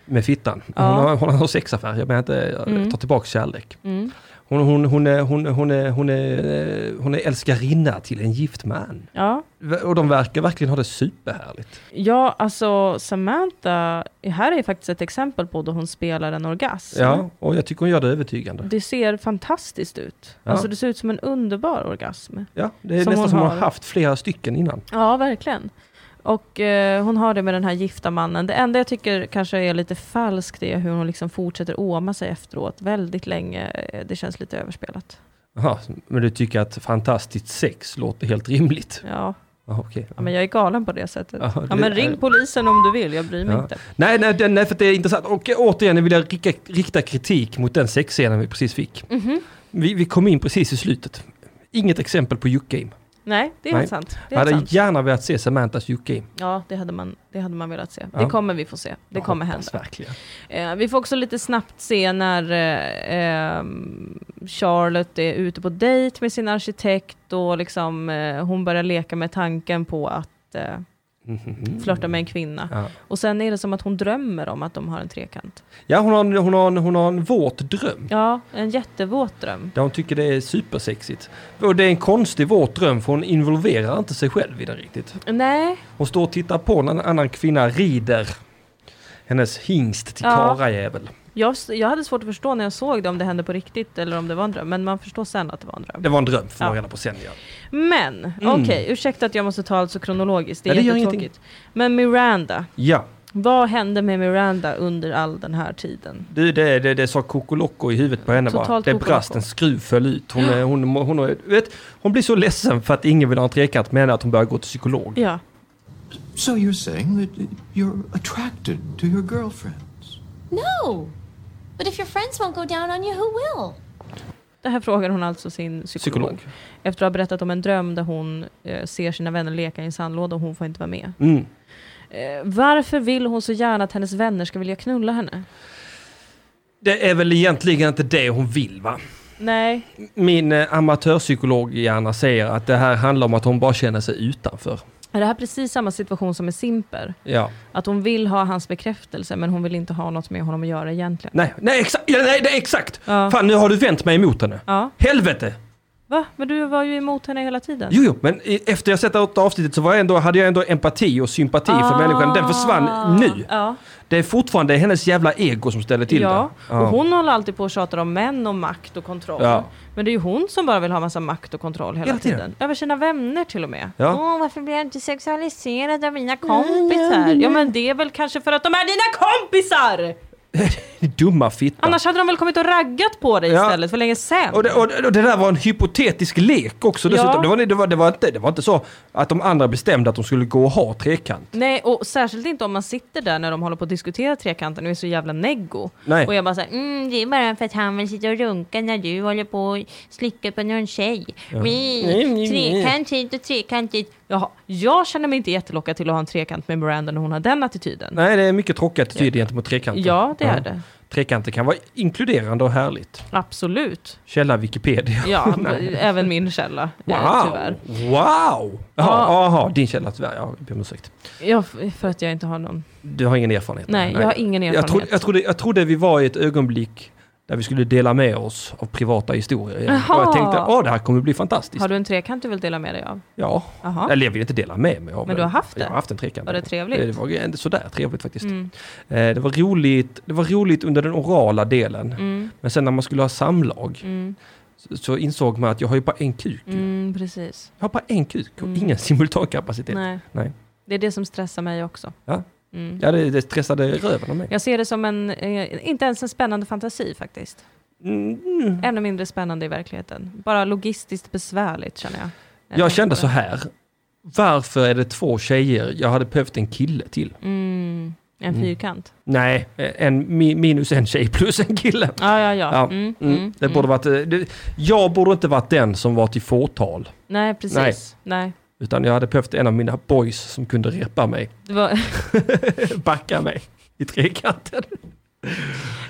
Speaker 2: med fittan.
Speaker 1: Ja.
Speaker 2: Hon, har, hon har sexaffär, jag menar inte mm. ta tillbaka kärlek.
Speaker 1: Mm.
Speaker 2: Hon, hon, hon, är, hon, hon, är, hon, är, eh, hon är älskarinna till en gift man.
Speaker 1: Ja.
Speaker 2: Och de verkar verkligen ha det superhärligt.
Speaker 1: ja, alltså Samantha, här är faktiskt ett exempel på då hon spelar en orgasm.
Speaker 2: Ja, och jag tycker hon gör det övertygande.
Speaker 1: Det ser fantastiskt ut.
Speaker 2: Ja.
Speaker 1: Alltså det ser ut som en underbar orgasm.
Speaker 2: Ja, det är
Speaker 1: Som
Speaker 2: nästan
Speaker 1: hon
Speaker 2: som hon
Speaker 1: har.
Speaker 2: har haft flera stycken innan.
Speaker 1: Ja, verkligen. Och eh, hon har det med den här gifta mannen. Det enda jag tycker kanske är lite falskt är hur hon liksom fortsätter åma sig efteråt väldigt länge. Eh, Det känns lite överspelat.
Speaker 2: Jaha, men du tycker att fantastiskt sex låter helt rimligt?
Speaker 1: Ja,
Speaker 2: Jaha, okej.
Speaker 1: ja men jag är galen på det sättet.
Speaker 2: Ja,
Speaker 1: Ja,
Speaker 2: det
Speaker 1: men
Speaker 2: är-
Speaker 1: ring polisen om du vill, jag bryr mig
Speaker 2: Ja.
Speaker 1: inte.
Speaker 2: Nej, nej, det- nej, för det är intressant. Och återigen vill jag rikta, rikta kritik mot den sexscenen vi precis fick.
Speaker 1: Mhm.
Speaker 2: Vi, vi kom in precis i slutet. Inget exempel på Juke Game.
Speaker 1: Nej, det är
Speaker 2: Nej.
Speaker 1: helt sant. Det
Speaker 2: Jag
Speaker 1: är helt
Speaker 2: hade
Speaker 1: sant.
Speaker 2: gärna velat se Samanthas Juke Game.
Speaker 1: Ja, det hade, man, det hade man velat se. Det
Speaker 2: Ja.
Speaker 1: kommer vi få se. Det
Speaker 2: Jag
Speaker 1: kommer
Speaker 2: hoppas
Speaker 1: hända.
Speaker 2: Verkligen.
Speaker 1: Eh, vi får också lite snabbt se när eh, ehm, Charlotte är ute på dejt med sin arkitekt och liksom, eh, hon börjar leka med tanken på att eh,
Speaker 2: Mhm.
Speaker 1: flörta med en kvinna.
Speaker 2: Ja.
Speaker 1: Och sen är det som att hon drömmer om att de har en trekant.
Speaker 2: Ja, hon har, en, hon, har en, hon har en våt dröm.
Speaker 1: Ja, en jättevåt dröm.
Speaker 2: Där hon tycker det är supersexigt. Och det är en konstig våt dröm för hon involverar inte sig själv i den riktigt.
Speaker 1: Nej,
Speaker 2: Hon står och tittar på när en annan kvinna rider hennes hingst till
Speaker 1: Ja.
Speaker 2: karajävel.
Speaker 1: jag, jag hade svårt att förstå när jag såg det om det hände på riktigt eller om det var en dröm. Men man förstår sen att det var en dröm.
Speaker 2: Det var en dröm, får man
Speaker 1: Ja.
Speaker 2: reda på sen. Ja.
Speaker 1: Men, okej, ursäkta att jag måste ta allt så kronologiskt. Det är
Speaker 2: Mm. Nej, det gör
Speaker 1: jättetråkigt. Men Miranda,
Speaker 2: ja.
Speaker 1: vad hände med Miranda under all den här tiden?
Speaker 2: Du, det, det, det sa kokoloko i huvudet på henne bara.
Speaker 1: Totalt
Speaker 2: Det
Speaker 1: Coco
Speaker 2: brast,
Speaker 1: Loco.
Speaker 2: en skruv föll ut. Hon, är- hon, hon, hon, är- vet, hon blir så ledsen för att ingen vill ha en trekant med henne att hon börjar gå till psykolog.
Speaker 1: Ja,
Speaker 7: So you're saying that you're attracted to your girlfriends?
Speaker 6: No! But if your friends won't go down on you, who will?
Speaker 1: det här frågar hon alltså sin psykolog.
Speaker 2: Psykolog.
Speaker 1: Efter att ha berättat om en dröm där hon eh, ser sina vänner leka i en sandlåda och hon får inte vara med.
Speaker 2: Mm.
Speaker 1: Eh, varför vill hon så gärna att hennes vänner ska vilja knulla henne?
Speaker 2: Det är väl egentligen inte det hon vill va?
Speaker 1: Nej,
Speaker 2: Min eh, amatörpsykolog gärna säger att det här handlar om att hon bara känner sig utanför.
Speaker 1: är det här precis samma situation som med Simper?
Speaker 2: Ja.
Speaker 1: Att hon vill ha hans bekräftelse men hon vill inte ha något med honom att göra egentligen.
Speaker 2: Nej, nej, exa- ja, nej det är exakt!
Speaker 1: Ja.
Speaker 2: Fan, nu har du vänt mig emot henne.
Speaker 1: Ja.
Speaker 2: Helvete!
Speaker 1: Va? Men du var ju emot henne hela tiden.
Speaker 2: Jo, jo, men i- efter jag sett åtta avsnittet så var jag ändå, hade jag ändå empati och sympati
Speaker 1: Ah.
Speaker 2: för människan. Den försvann nu.
Speaker 1: Ja.
Speaker 2: Det är fortfarande hennes jävla ego som ställer till
Speaker 1: ja.
Speaker 2: det.
Speaker 1: Och hon håller alltid på och tjatar om män och makt och kontroll.
Speaker 2: Ja.
Speaker 1: Men det är ju hon som bara vill ha massa makt och kontroll hela,
Speaker 2: Hela
Speaker 1: tiden.
Speaker 2: tiden.
Speaker 1: Över sina vänner till och med.
Speaker 2: Ja.
Speaker 5: Åh, varför blir jag inte sexualiserad av mina
Speaker 1: Kompisar.
Speaker 5: kompisar?
Speaker 1: Ja men det är väl kanske för att de är dina kompisar!
Speaker 2: Dumma fitta.
Speaker 1: Annars hade de väl kommit och raggat på dig
Speaker 2: Ja.
Speaker 1: istället för länge sen.
Speaker 2: Och det, och, det- och det där var en hypotetisk lek också dessutom.
Speaker 1: Ja.
Speaker 2: Det, var, det, var, det, var inte, det var inte så att de andra bestämde att de skulle gå och ha trekant.
Speaker 1: Nej, och särskilt inte om man sitter där när de håller på att diskutera trekanten och är så jävla neggo.
Speaker 2: Nej.
Speaker 1: Och jag bara såhär,
Speaker 5: Mm, det är bara för att han vill sitta och runka när du håller på och slickar på någon tjej. Mm, trekant hit och trekant dit.
Speaker 1: jaha, jag känner mig inte jättelockad till att ha en trekant med Miranda när hon har den attityden.
Speaker 2: Nej, det är mycket tråkig attityd gentemot trekanter.
Speaker 1: Ja, det är det.
Speaker 2: Trekanter kan vara inkluderande och härligt.
Speaker 1: Absolut.
Speaker 2: Källa Wikipedia.
Speaker 1: Ja,
Speaker 2: Nej.
Speaker 1: även min källa,
Speaker 2: Wow!
Speaker 1: eh, tyvärr.
Speaker 2: Wow! Jaha,
Speaker 1: Ja.
Speaker 2: aha, din källa tyvärr. Ja, jag ber om ursäkt.
Speaker 1: Ja, f- för att jag inte har någon.
Speaker 2: Du har ingen erfarenhet?
Speaker 1: Nej, jag har ingen
Speaker 2: Jag trodde,
Speaker 1: erfarenhet.
Speaker 2: jag, trodde, jag trodde vi var i ett ögonblick där vi skulle dela med oss av privata historier. igen. Och
Speaker 1: Jaha.
Speaker 2: jag tänkte, åh det här kommer bli fantastiskt.
Speaker 1: Har du en trekant du vill dela med dig av?
Speaker 2: Ja,
Speaker 1: Jaha.
Speaker 2: eller jag vill inte dela med mig av
Speaker 1: Men du har haft
Speaker 2: Jag
Speaker 1: det?
Speaker 2: har haft en trekant. Eh,
Speaker 1: Var det trevligt? Mm.
Speaker 2: Det var ändå sådär trevligt faktiskt. Eh, Det, var roligt, det var roligt under den orala delen,
Speaker 1: Mm.
Speaker 2: men sen när man skulle ha samlag så- så insåg man att jag har ju bara en kuk. ju.
Speaker 1: Mm, precis.
Speaker 2: Jag har bara en kuk och ingen simultankapacitet.
Speaker 1: Mm. Nej.
Speaker 2: Nej.
Speaker 1: Det är det som stressar mig också.
Speaker 2: Ja.
Speaker 1: Mm.
Speaker 2: Ja, det, det stressade röven av mig.
Speaker 1: Jag ser det som en, eh, inte ens en spännande fantasi faktiskt.
Speaker 2: Mm.
Speaker 1: Ännu mindre spännande i verkligheten. Bara logistiskt besvärligt känner jag.
Speaker 2: Jag kände så här. Varför är det två tjejer? Jag hade behövt en kille till.
Speaker 1: Mm, en fyrkant.
Speaker 2: Nej, en, mi- minus en tjej plus en kille.
Speaker 1: Ja, ja, ja.
Speaker 2: Ja,
Speaker 1: Mm,
Speaker 2: Mm.
Speaker 1: mm,
Speaker 2: det borde varit, eh, det, jag borde inte varit den som var till fåtal.
Speaker 1: Nej, precis. Nej.
Speaker 2: Utan jag hade behövt en av mina boys som kunde repa mig,
Speaker 1: Det var
Speaker 2: backa mig i trekanten.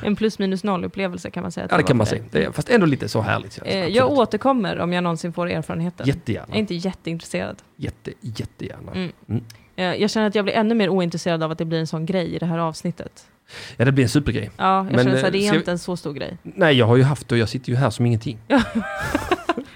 Speaker 1: en plus minus noll upplevelse kan man säga. att
Speaker 2: Ja, det
Speaker 1: var
Speaker 2: kan man
Speaker 1: för
Speaker 2: säga. Det är, fast ändå lite så härligt. känns det,
Speaker 1: Eh, Jag
Speaker 2: absolut.
Speaker 1: återkommer om jag någonsin får erfarenheten. Jag är
Speaker 2: Jättegärna.
Speaker 1: inte jätteintresserad.
Speaker 2: Jätte, jättegärna.
Speaker 1: Mm. Eh, Jag känner att jag blir ännu mer ointresserad av att det blir en sån grej i det här avsnittet.
Speaker 2: Ja, det blir en supergrej.
Speaker 1: Ja, jag
Speaker 2: Men,
Speaker 1: känner
Speaker 2: eh,
Speaker 1: såhär, det
Speaker 2: ska
Speaker 1: är
Speaker 2: vi-
Speaker 1: inte en så stor grej.
Speaker 2: Nej, jag har ju haft det och jag sitter ju här som ingenting.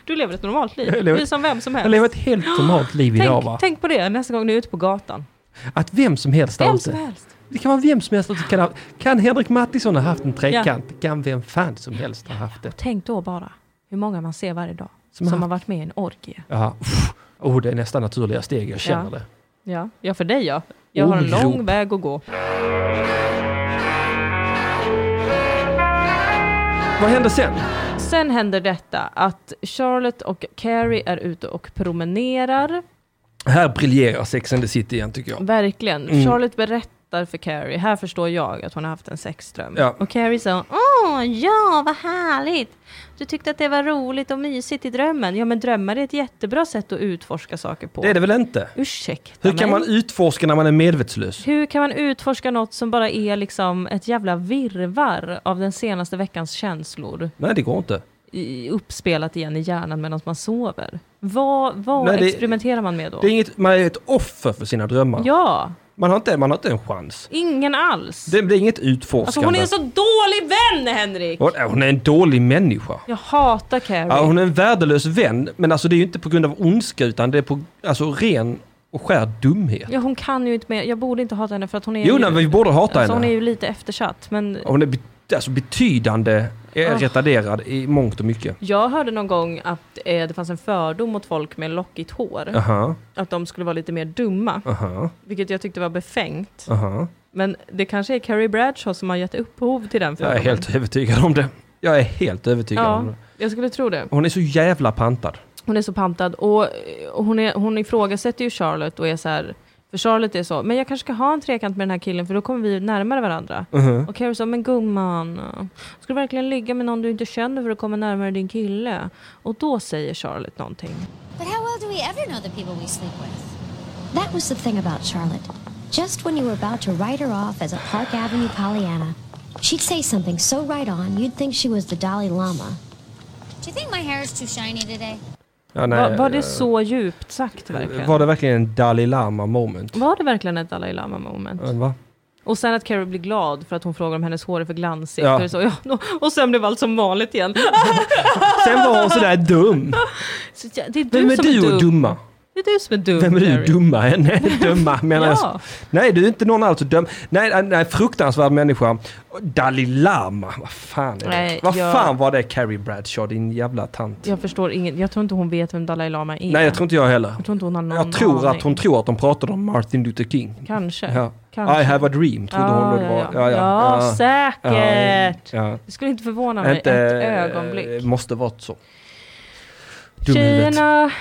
Speaker 1: Du lever ett normalt liv,
Speaker 2: Jag lever-
Speaker 1: precis som vem som
Speaker 2: Jag
Speaker 1: helst.
Speaker 2: lever ett helt normalt liv idag va?
Speaker 1: Tänk, tänk på det nästa gång du är ute på gatan.
Speaker 2: Att vem som helst där
Speaker 1: Vem som
Speaker 2: ute.
Speaker 1: helst.
Speaker 2: Det kan vara vem som helst. Kan, ha- kan Henrik Mattisson ha haft en trekant? Kan vem fan som helst ha haft det?
Speaker 1: Tänk då bara hur många man ser varje dag
Speaker 2: Som
Speaker 1: som,
Speaker 2: har-
Speaker 1: har varit med i en orgie.
Speaker 2: Ja. uff. Oh, det är nästa naturliga steg, jag känner
Speaker 1: Ja.
Speaker 2: det.
Speaker 1: Ja, ja för dig ja. Jag har en
Speaker 2: Oro.
Speaker 1: lång väg att gå.
Speaker 2: Vad hände sen?
Speaker 1: Sen händer detta att Charlotte och Carrie är ute och promenerar.
Speaker 2: Här briljerar Sex and the City igen tycker jag.
Speaker 1: Verkligen.
Speaker 2: Mm.
Speaker 1: Charlotte berättar för Carrie, här förstår jag att hon har haft en sexdröm.
Speaker 2: Ja.
Speaker 1: Och Carrie sa,
Speaker 5: Åh, ja, vad härligt! Du tyckte att det var roligt och mysigt i drömmen.
Speaker 1: ja men drömmar är ett jättebra sätt att utforska saker på.
Speaker 2: Det är det väl inte?
Speaker 1: Ursäkta
Speaker 2: Hur kan
Speaker 1: mig.
Speaker 2: man utforska när man är medvetslös?
Speaker 1: Hur kan man utforska något som bara är liksom ett jävla virvar av den senaste veckans känslor
Speaker 2: Nej, det går inte.
Speaker 1: i, uppspelat igen i hjärnan medan man sover? Vad, vad
Speaker 2: Nej, det-
Speaker 1: experimenterar man med då?
Speaker 2: Det är inget, man är ett offer för sina drömmar.
Speaker 1: Ja,
Speaker 2: Man, har inte, man har inte en chans.
Speaker 1: ingen alls.
Speaker 2: Det blir inget utforskande.
Speaker 1: Alltså hon är en så dålig vän Henrik!
Speaker 2: Hon- hon är en dålig människa.
Speaker 1: Jag hatar Carrie.
Speaker 2: Ja, hon är en värdelös vän, men alltså det är ju inte på grund av ondska utan det är på alltså, ren och skär dumhet.
Speaker 1: Ja, hon kan ju inte mer. Jag borde inte hata henne för att hon är
Speaker 2: Jo,
Speaker 1: ju,
Speaker 2: nej, vi borde hata
Speaker 1: alltså, hon är
Speaker 2: henne.
Speaker 1: ju lite eftersatt. Men
Speaker 2: Hon är bet- alltså, betydande eh,
Speaker 1: Ah.
Speaker 2: retarderad i mångt och mycket.
Speaker 1: jag hörde någon gång att eh, det fanns en fördom mot folk med lockigt hår.
Speaker 2: Aha,
Speaker 1: Att de skulle vara lite mer dumma.
Speaker 2: aha,
Speaker 1: Vilket jag tyckte var befängt.
Speaker 2: aha.
Speaker 1: Men det kanske är Carrie Bradshaw som har gett upphov till den
Speaker 2: Jag är
Speaker 1: fördomen.
Speaker 2: helt övertygad om det. Jag är helt övertygad
Speaker 1: Ja.
Speaker 2: om det.
Speaker 1: Jag skulle tro det.
Speaker 2: Hon är så jävla pantad.
Speaker 1: Hon är så pantad och, eh, och hon, är, hon ifrågasätter ju Charlotte och är så här, för Charlotte är så, men jag kanske ska ha en trekant med den här killen för då kommer vi närmare varandra.
Speaker 2: Mhm.
Speaker 1: Och Carrie sa, men gumman, ska du verkligen ligga med någon du inte känner för att komma närmare din kille? Och då säger Charlotte någonting.
Speaker 6: But how well do we ever know the people we sleep with? That was the thing about Charlotte. Just when you were about to write her off as a Park Avenue Pollyanna, she'd say something so right on you'd think she was the Dalai Lama. Do you think my hair is too shiny today?
Speaker 2: Ja,
Speaker 1: Va, var
Speaker 2: eh,
Speaker 1: det så djupt sagt verkligen?
Speaker 2: var det verkligen en Dalai Lama moment?
Speaker 1: Var det verkligen ett Dalai Lama moment?
Speaker 2: Eh, Va?
Speaker 1: Och sen att Carrie blir glad för att hon frågar om hennes hår är för glansigt.
Speaker 2: Ja.
Speaker 1: Och, det är så, ja, och sen blev allt som vanligt igen.
Speaker 2: Sen var hon sådär dum.
Speaker 1: Så ja, det är du
Speaker 2: Vem är
Speaker 1: som
Speaker 2: du
Speaker 1: är
Speaker 2: och
Speaker 1: dum.
Speaker 2: dumma?
Speaker 1: Det är du som är dum.
Speaker 2: Vem är du?
Speaker 1: Jerry.
Speaker 2: Dumma henne? Dumma menar jag.
Speaker 1: Ja.
Speaker 2: Nej, du är inte någon alls döm. Nej, nej, nej, fruktansvärd människa. Dalai Lama, vad fan är det?
Speaker 1: Nej,
Speaker 2: vad
Speaker 1: jag-
Speaker 2: fan var det Carrie Bradshaw, din jävla tant?
Speaker 1: Jag förstår ingen. Jag tror inte hon vet vem Dalai Lama är.
Speaker 2: Nej, jag tror inte jag heller.
Speaker 1: Jag tror inte hon har någon
Speaker 2: Jag tror
Speaker 1: aning.
Speaker 2: att hon tror att de pratade om Martin Luther King.
Speaker 1: Kanske.
Speaker 2: Ja.
Speaker 1: Kanske.
Speaker 2: I have a dream, trodde
Speaker 1: ja,
Speaker 2: hon. då det
Speaker 1: ja,
Speaker 2: var.
Speaker 1: ja. ja, säkert.
Speaker 2: Ja.
Speaker 1: Det skulle inte förvåna
Speaker 2: Ja.
Speaker 1: mig
Speaker 2: Inte,
Speaker 1: ett
Speaker 2: eh,
Speaker 1: ögonblick.
Speaker 2: Måste varit så. Dumhuvud.
Speaker 1: Tjejerna,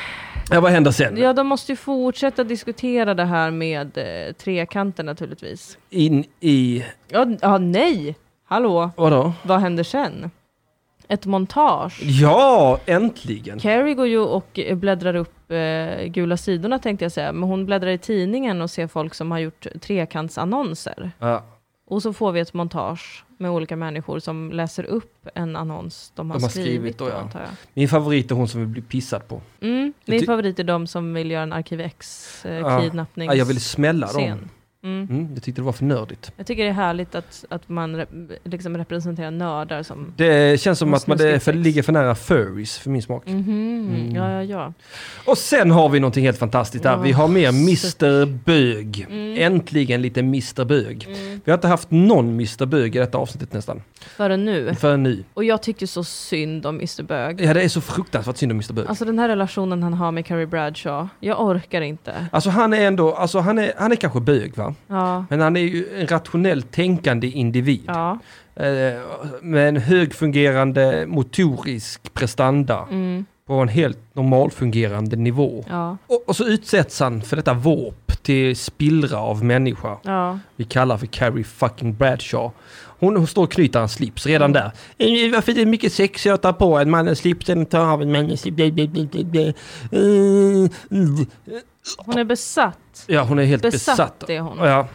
Speaker 2: Ja, vad händer sen?
Speaker 1: ja, de måste ju fortsätta diskutera det här med eh, trekanten naturligtvis.
Speaker 2: In i...
Speaker 1: Ja, ja, nej! Hallå,
Speaker 2: Vadå?
Speaker 1: vad händer sen? Ett montage.
Speaker 2: Ja, äntligen!
Speaker 1: Carrie går ju och bläddrar upp eh, gula sidorna tänkte jag säga, men hon bläddrar i tidningen och ser folk som har gjort trekantsannonser.
Speaker 2: Ja,
Speaker 1: Och så får vi ett montage med olika människor som läser upp en annons de har,
Speaker 2: De har
Speaker 1: skrivit.
Speaker 2: skrivit då, ja.
Speaker 1: antar jag.
Speaker 2: min favorit är hon som vill bli pissad på.
Speaker 1: Mm, min
Speaker 2: ty-
Speaker 1: favorit är de som vill göra en Arkiv
Speaker 2: Ja.
Speaker 1: X-kidnappningsscen.
Speaker 2: Ja, jag vill smälla dem.
Speaker 1: Mm.
Speaker 2: Mm, jag tyckte det var för nördigt.
Speaker 1: Jag tycker det är härligt att, att man re- liksom representerar nördar som...
Speaker 2: Det känns som
Speaker 1: Och
Speaker 2: att man det är för,
Speaker 1: snuskigt sex.
Speaker 2: ligger för nära furries för min smak.
Speaker 1: Mhm, Ja, ja, ja.
Speaker 2: Och sen har vi någonting helt fantastiskt där. Vi har med
Speaker 1: shit.
Speaker 2: Mr Bög.
Speaker 1: Mm.
Speaker 2: Äntligen lite Mr Bög. Vi har inte haft någon Mr Bög i detta avsnittet nästan.
Speaker 1: Förrän nu.
Speaker 2: För nu.
Speaker 1: Och jag tycker så synd om Mr. Bög.
Speaker 2: Ja, det är så fruktansvärt synd om Mr Bög.
Speaker 1: Alltså den här relationen han har med Carrie Bradshaw, jag orkar inte.
Speaker 2: Alltså han är ändå, alltså han är, han är kanske bög va?
Speaker 1: Ja,
Speaker 2: Men han är ju en rationellt tänkande individ.
Speaker 1: ja,
Speaker 2: Eh, med en högfungerande motorisk prestanda.
Speaker 1: Mm.
Speaker 2: På en helt normalfungerande nivå.
Speaker 1: ja,
Speaker 2: Och, och så utsätts han för detta våp till spillra av människa
Speaker 1: ja.
Speaker 2: vi kallar för Carrie fucking Bradshaw. Hon, hon står och knyter hans slips redan där. Eh, Varför är det mycket sex jag tar på en mannens slips, den tar av en mannens slips. blä, blä, blä, blä, blä. Eh, mm.
Speaker 1: Hon är besatt.
Speaker 2: Ja, hon är helt besatt.
Speaker 1: Besatt är hon.
Speaker 2: Ja.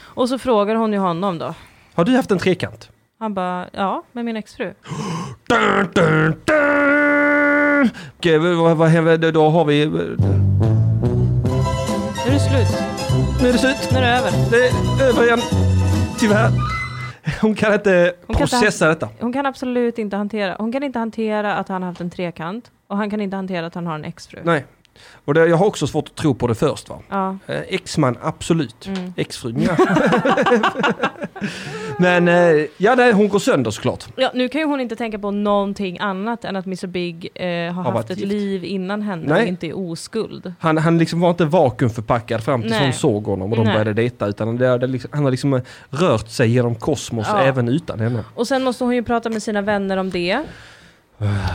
Speaker 1: Och så frågar hon ju honom då.
Speaker 2: Har du haft en trekant?
Speaker 1: Han bara, ja, med min exfru.
Speaker 2: Dun, dun, dun. Okej, vad, vad händer? Då har vi... eh,
Speaker 1: Nu är det slut,
Speaker 2: Nu är det slut.
Speaker 1: nu är det över.
Speaker 2: Det är över igen. eh, Tyvärr. Hon kan inte
Speaker 1: Hon kan inte
Speaker 2: processa detta.
Speaker 1: Hon kan absolut inte hantera, hon kan inte hantera att han har haft en trekant och han kan inte hantera att han har en exfru.
Speaker 2: Nej. Och det, jag har också svårt att tro på det först va.
Speaker 1: Ja.
Speaker 2: Eh, Exman, absolut.
Speaker 1: Mm.
Speaker 2: Exfru, ja. Men eh, ja, nej, hon går sönder såklart.
Speaker 1: Ja, nu kan ju hon inte tänka på någonting annat än att Mr Big eh, har,
Speaker 2: Har varit
Speaker 1: haft ett
Speaker 2: gift.
Speaker 1: liv innan henne
Speaker 2: Nej.
Speaker 1: och inte är oskuld.
Speaker 2: Han, han liksom var inte vakuumförpackad fram tills
Speaker 1: Nej.
Speaker 2: hon såg honom och de
Speaker 1: Nej.
Speaker 2: började dejta. Utan det, det, liksom- han har liksom eh, rört sig genom kosmos
Speaker 1: Ja.
Speaker 2: även utan henne.
Speaker 1: Och sen måste hon ju prata med sina vänner om det.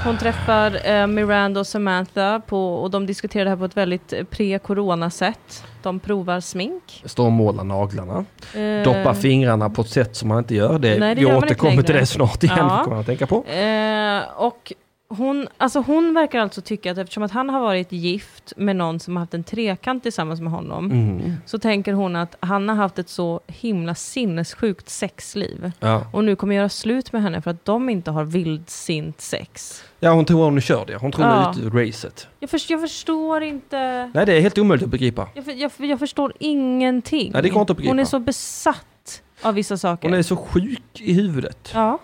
Speaker 1: Hon träffar eh, Miranda och Samantha på, och de diskuterar det här på ett väldigt eh, pre-corona-sätt. De provar smink.
Speaker 2: Står och målar naglarna.
Speaker 1: Eh,
Speaker 2: Doppa fingrarna på ett sätt som man inte gör. Det,
Speaker 1: Nej, det gör
Speaker 2: vi
Speaker 1: man inte
Speaker 2: återkommer till
Speaker 1: längre.
Speaker 2: det snart igen.
Speaker 1: Ja.
Speaker 2: Ja. Kommer jag att tänka på.
Speaker 1: Eh, och hon, alltså hon verkar alltså tycka att eftersom att han har varit gift med någon som har haft en trekant tillsammans med honom,
Speaker 2: Mm.
Speaker 1: så tänker hon att han har haft ett så himla sinnessjukt sexliv.
Speaker 2: Ja.
Speaker 1: Och nu kommer göra slut med henne för att de inte har vildsint sex.
Speaker 2: ja, hon tror hon är körd ja. Hon tror
Speaker 1: Ja.
Speaker 2: hon är ute ur racet.
Speaker 1: Jag, först, jag förstår inte...
Speaker 2: Nej, det är helt omöjligt att begripa.
Speaker 1: Jag, för, jag, för- jag förstår ingenting.
Speaker 2: Nej, det går inte att begripa.
Speaker 1: Hon är så besatt av vissa saker.
Speaker 2: Hon är så sjuk i huvudet.
Speaker 1: Ja.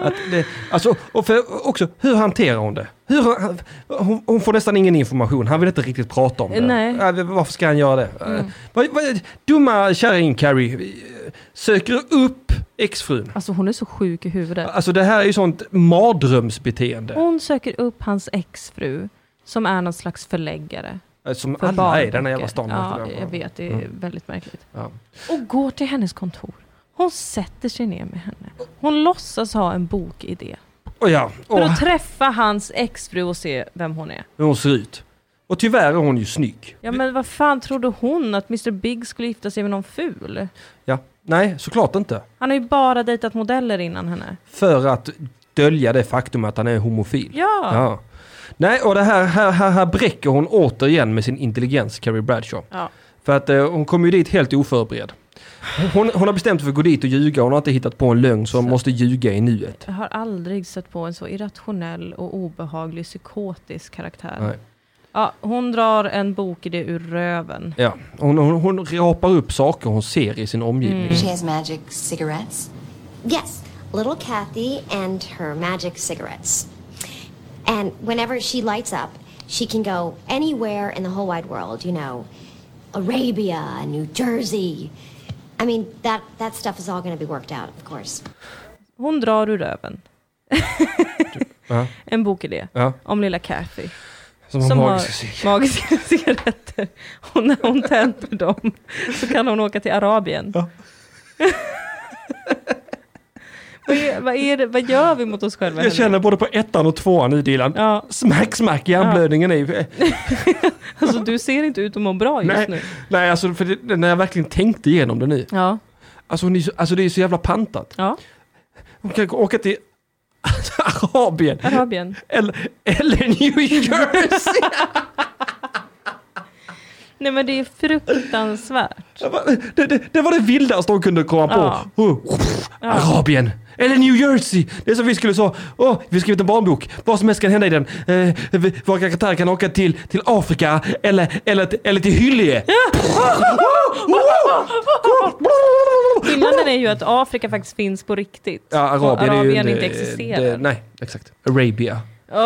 Speaker 2: Att det, alltså, och för, också, hur hanterar hon det? Hur, han- hon, hon får nästan ingen information, han vill inte riktigt prata om det.
Speaker 1: Nej. Mm.
Speaker 2: Äh, varför ska han göra det? Äh, vad, vad, dumma kärring Carrie eh, söker upp exfrun.
Speaker 1: Alltså hon är så sjuk i huvudet.
Speaker 2: Alltså det här är ju sånt mardrömsbeteende.
Speaker 1: Hon söker upp hans exfru som är någon slags förläggare.
Speaker 2: eh, Som
Speaker 1: För
Speaker 2: alla är i den här jävla stan.
Speaker 1: barnböcker. Ja, jag vet. Det är väldigt märkligt.
Speaker 2: Mm. Ja.
Speaker 1: Och går till hennes kontor. Hon sätter sig ner med henne. Hon låtsas ha en bokidé.
Speaker 2: Och ja,
Speaker 1: För
Speaker 2: och
Speaker 1: att träffa hans exfru och se vem hon är.
Speaker 2: hur hon ser ut. Och tyvärr är hon ju snygg.
Speaker 1: Ja men vad fan trodde hon? Att Mr Big skulle gifta sig med någon ful?
Speaker 2: Ja, nej, såklart inte.
Speaker 1: Han har ju bara dejtat modeller innan henne.
Speaker 2: För att dölja det faktum att han är homofil.
Speaker 1: Ja!
Speaker 2: Ja. Nej, och det här, här, här, här bräcker hon återigen med sin intelligens, Carrie Bradshaw.
Speaker 1: Ja.
Speaker 2: För att eh, hon kom ju dit helt oförberedd. Hon, hon har bestämt sig för att gå dit och ljuga, hon har inte hittat på en lögn så hon måste ljuga i nuet.
Speaker 1: Jag har aldrig sett på en så irrationell och obehaglig psykotisk karaktär.
Speaker 2: Nej.
Speaker 1: Ja, hon drar en bokidé ur röven.
Speaker 2: Ja. Hon, hon, hon rapar upp saker hon ser i sin
Speaker 1: Mm.
Speaker 2: omgivning.
Speaker 8: She has magic cigarettes.
Speaker 6: Yes, little Kathy and her magic cigarettes. And whenever she lights up, she can go anywhere in the whole wide world, you know, Arabia, New Jersey. I mean, that, that stuff is all going to be worked out, of course.
Speaker 1: Hon drar ur röven.
Speaker 2: Typ. Ja.
Speaker 1: En bokidé
Speaker 2: Ja.
Speaker 1: om lilla Kathy.
Speaker 2: Som,
Speaker 1: Som
Speaker 2: har
Speaker 1: har
Speaker 2: magiska cig-
Speaker 1: magiska cigaretter. Och när hon tänder dem så kan hon åka till Arabien.
Speaker 2: Ja.
Speaker 1: vad, är, vad, är det, vad gör vi mot oss själva?
Speaker 2: Jag
Speaker 1: Henrik?
Speaker 2: känner både på ettan och tvåan nu Dilan.
Speaker 1: Ja.
Speaker 2: Smack, smack, hjärnblödningen är ju...
Speaker 1: Alltså, du ser inte ut att må bra just nu.
Speaker 2: Nej, nej, alltså för det, när jag verkligen tänkte igenom det nu.
Speaker 1: Ja,
Speaker 2: Alltså, hon är, så- alltså det är så jävla pantat.
Speaker 1: ja.
Speaker 2: Hon kan åka till Arabien.
Speaker 1: Arabien.
Speaker 2: Eller, eller New Jersey!
Speaker 1: Nej men det är fruktansvärt.
Speaker 2: det, det, det var det vildaste de kunde komma
Speaker 1: Ja.
Speaker 2: på. Oh, Arabien! Eller New Jersey! Det är som vi skulle säga, åh, vi har skrivit en barnbok, vad som helst kan hända i den. Eh, vi- våra karaktärer kan åka till, till Afrika eller, eller, t- eller till Hyllie. Oh,
Speaker 1: Skillnaden är ju att Afrika faktiskt finns på riktigt.
Speaker 2: oh. Ja, Arabien,
Speaker 1: och Arabien
Speaker 2: är ju en- eh,
Speaker 1: inte
Speaker 2: det-
Speaker 1: existerar.
Speaker 2: nej, exakt. Arabia.
Speaker 1: Åh!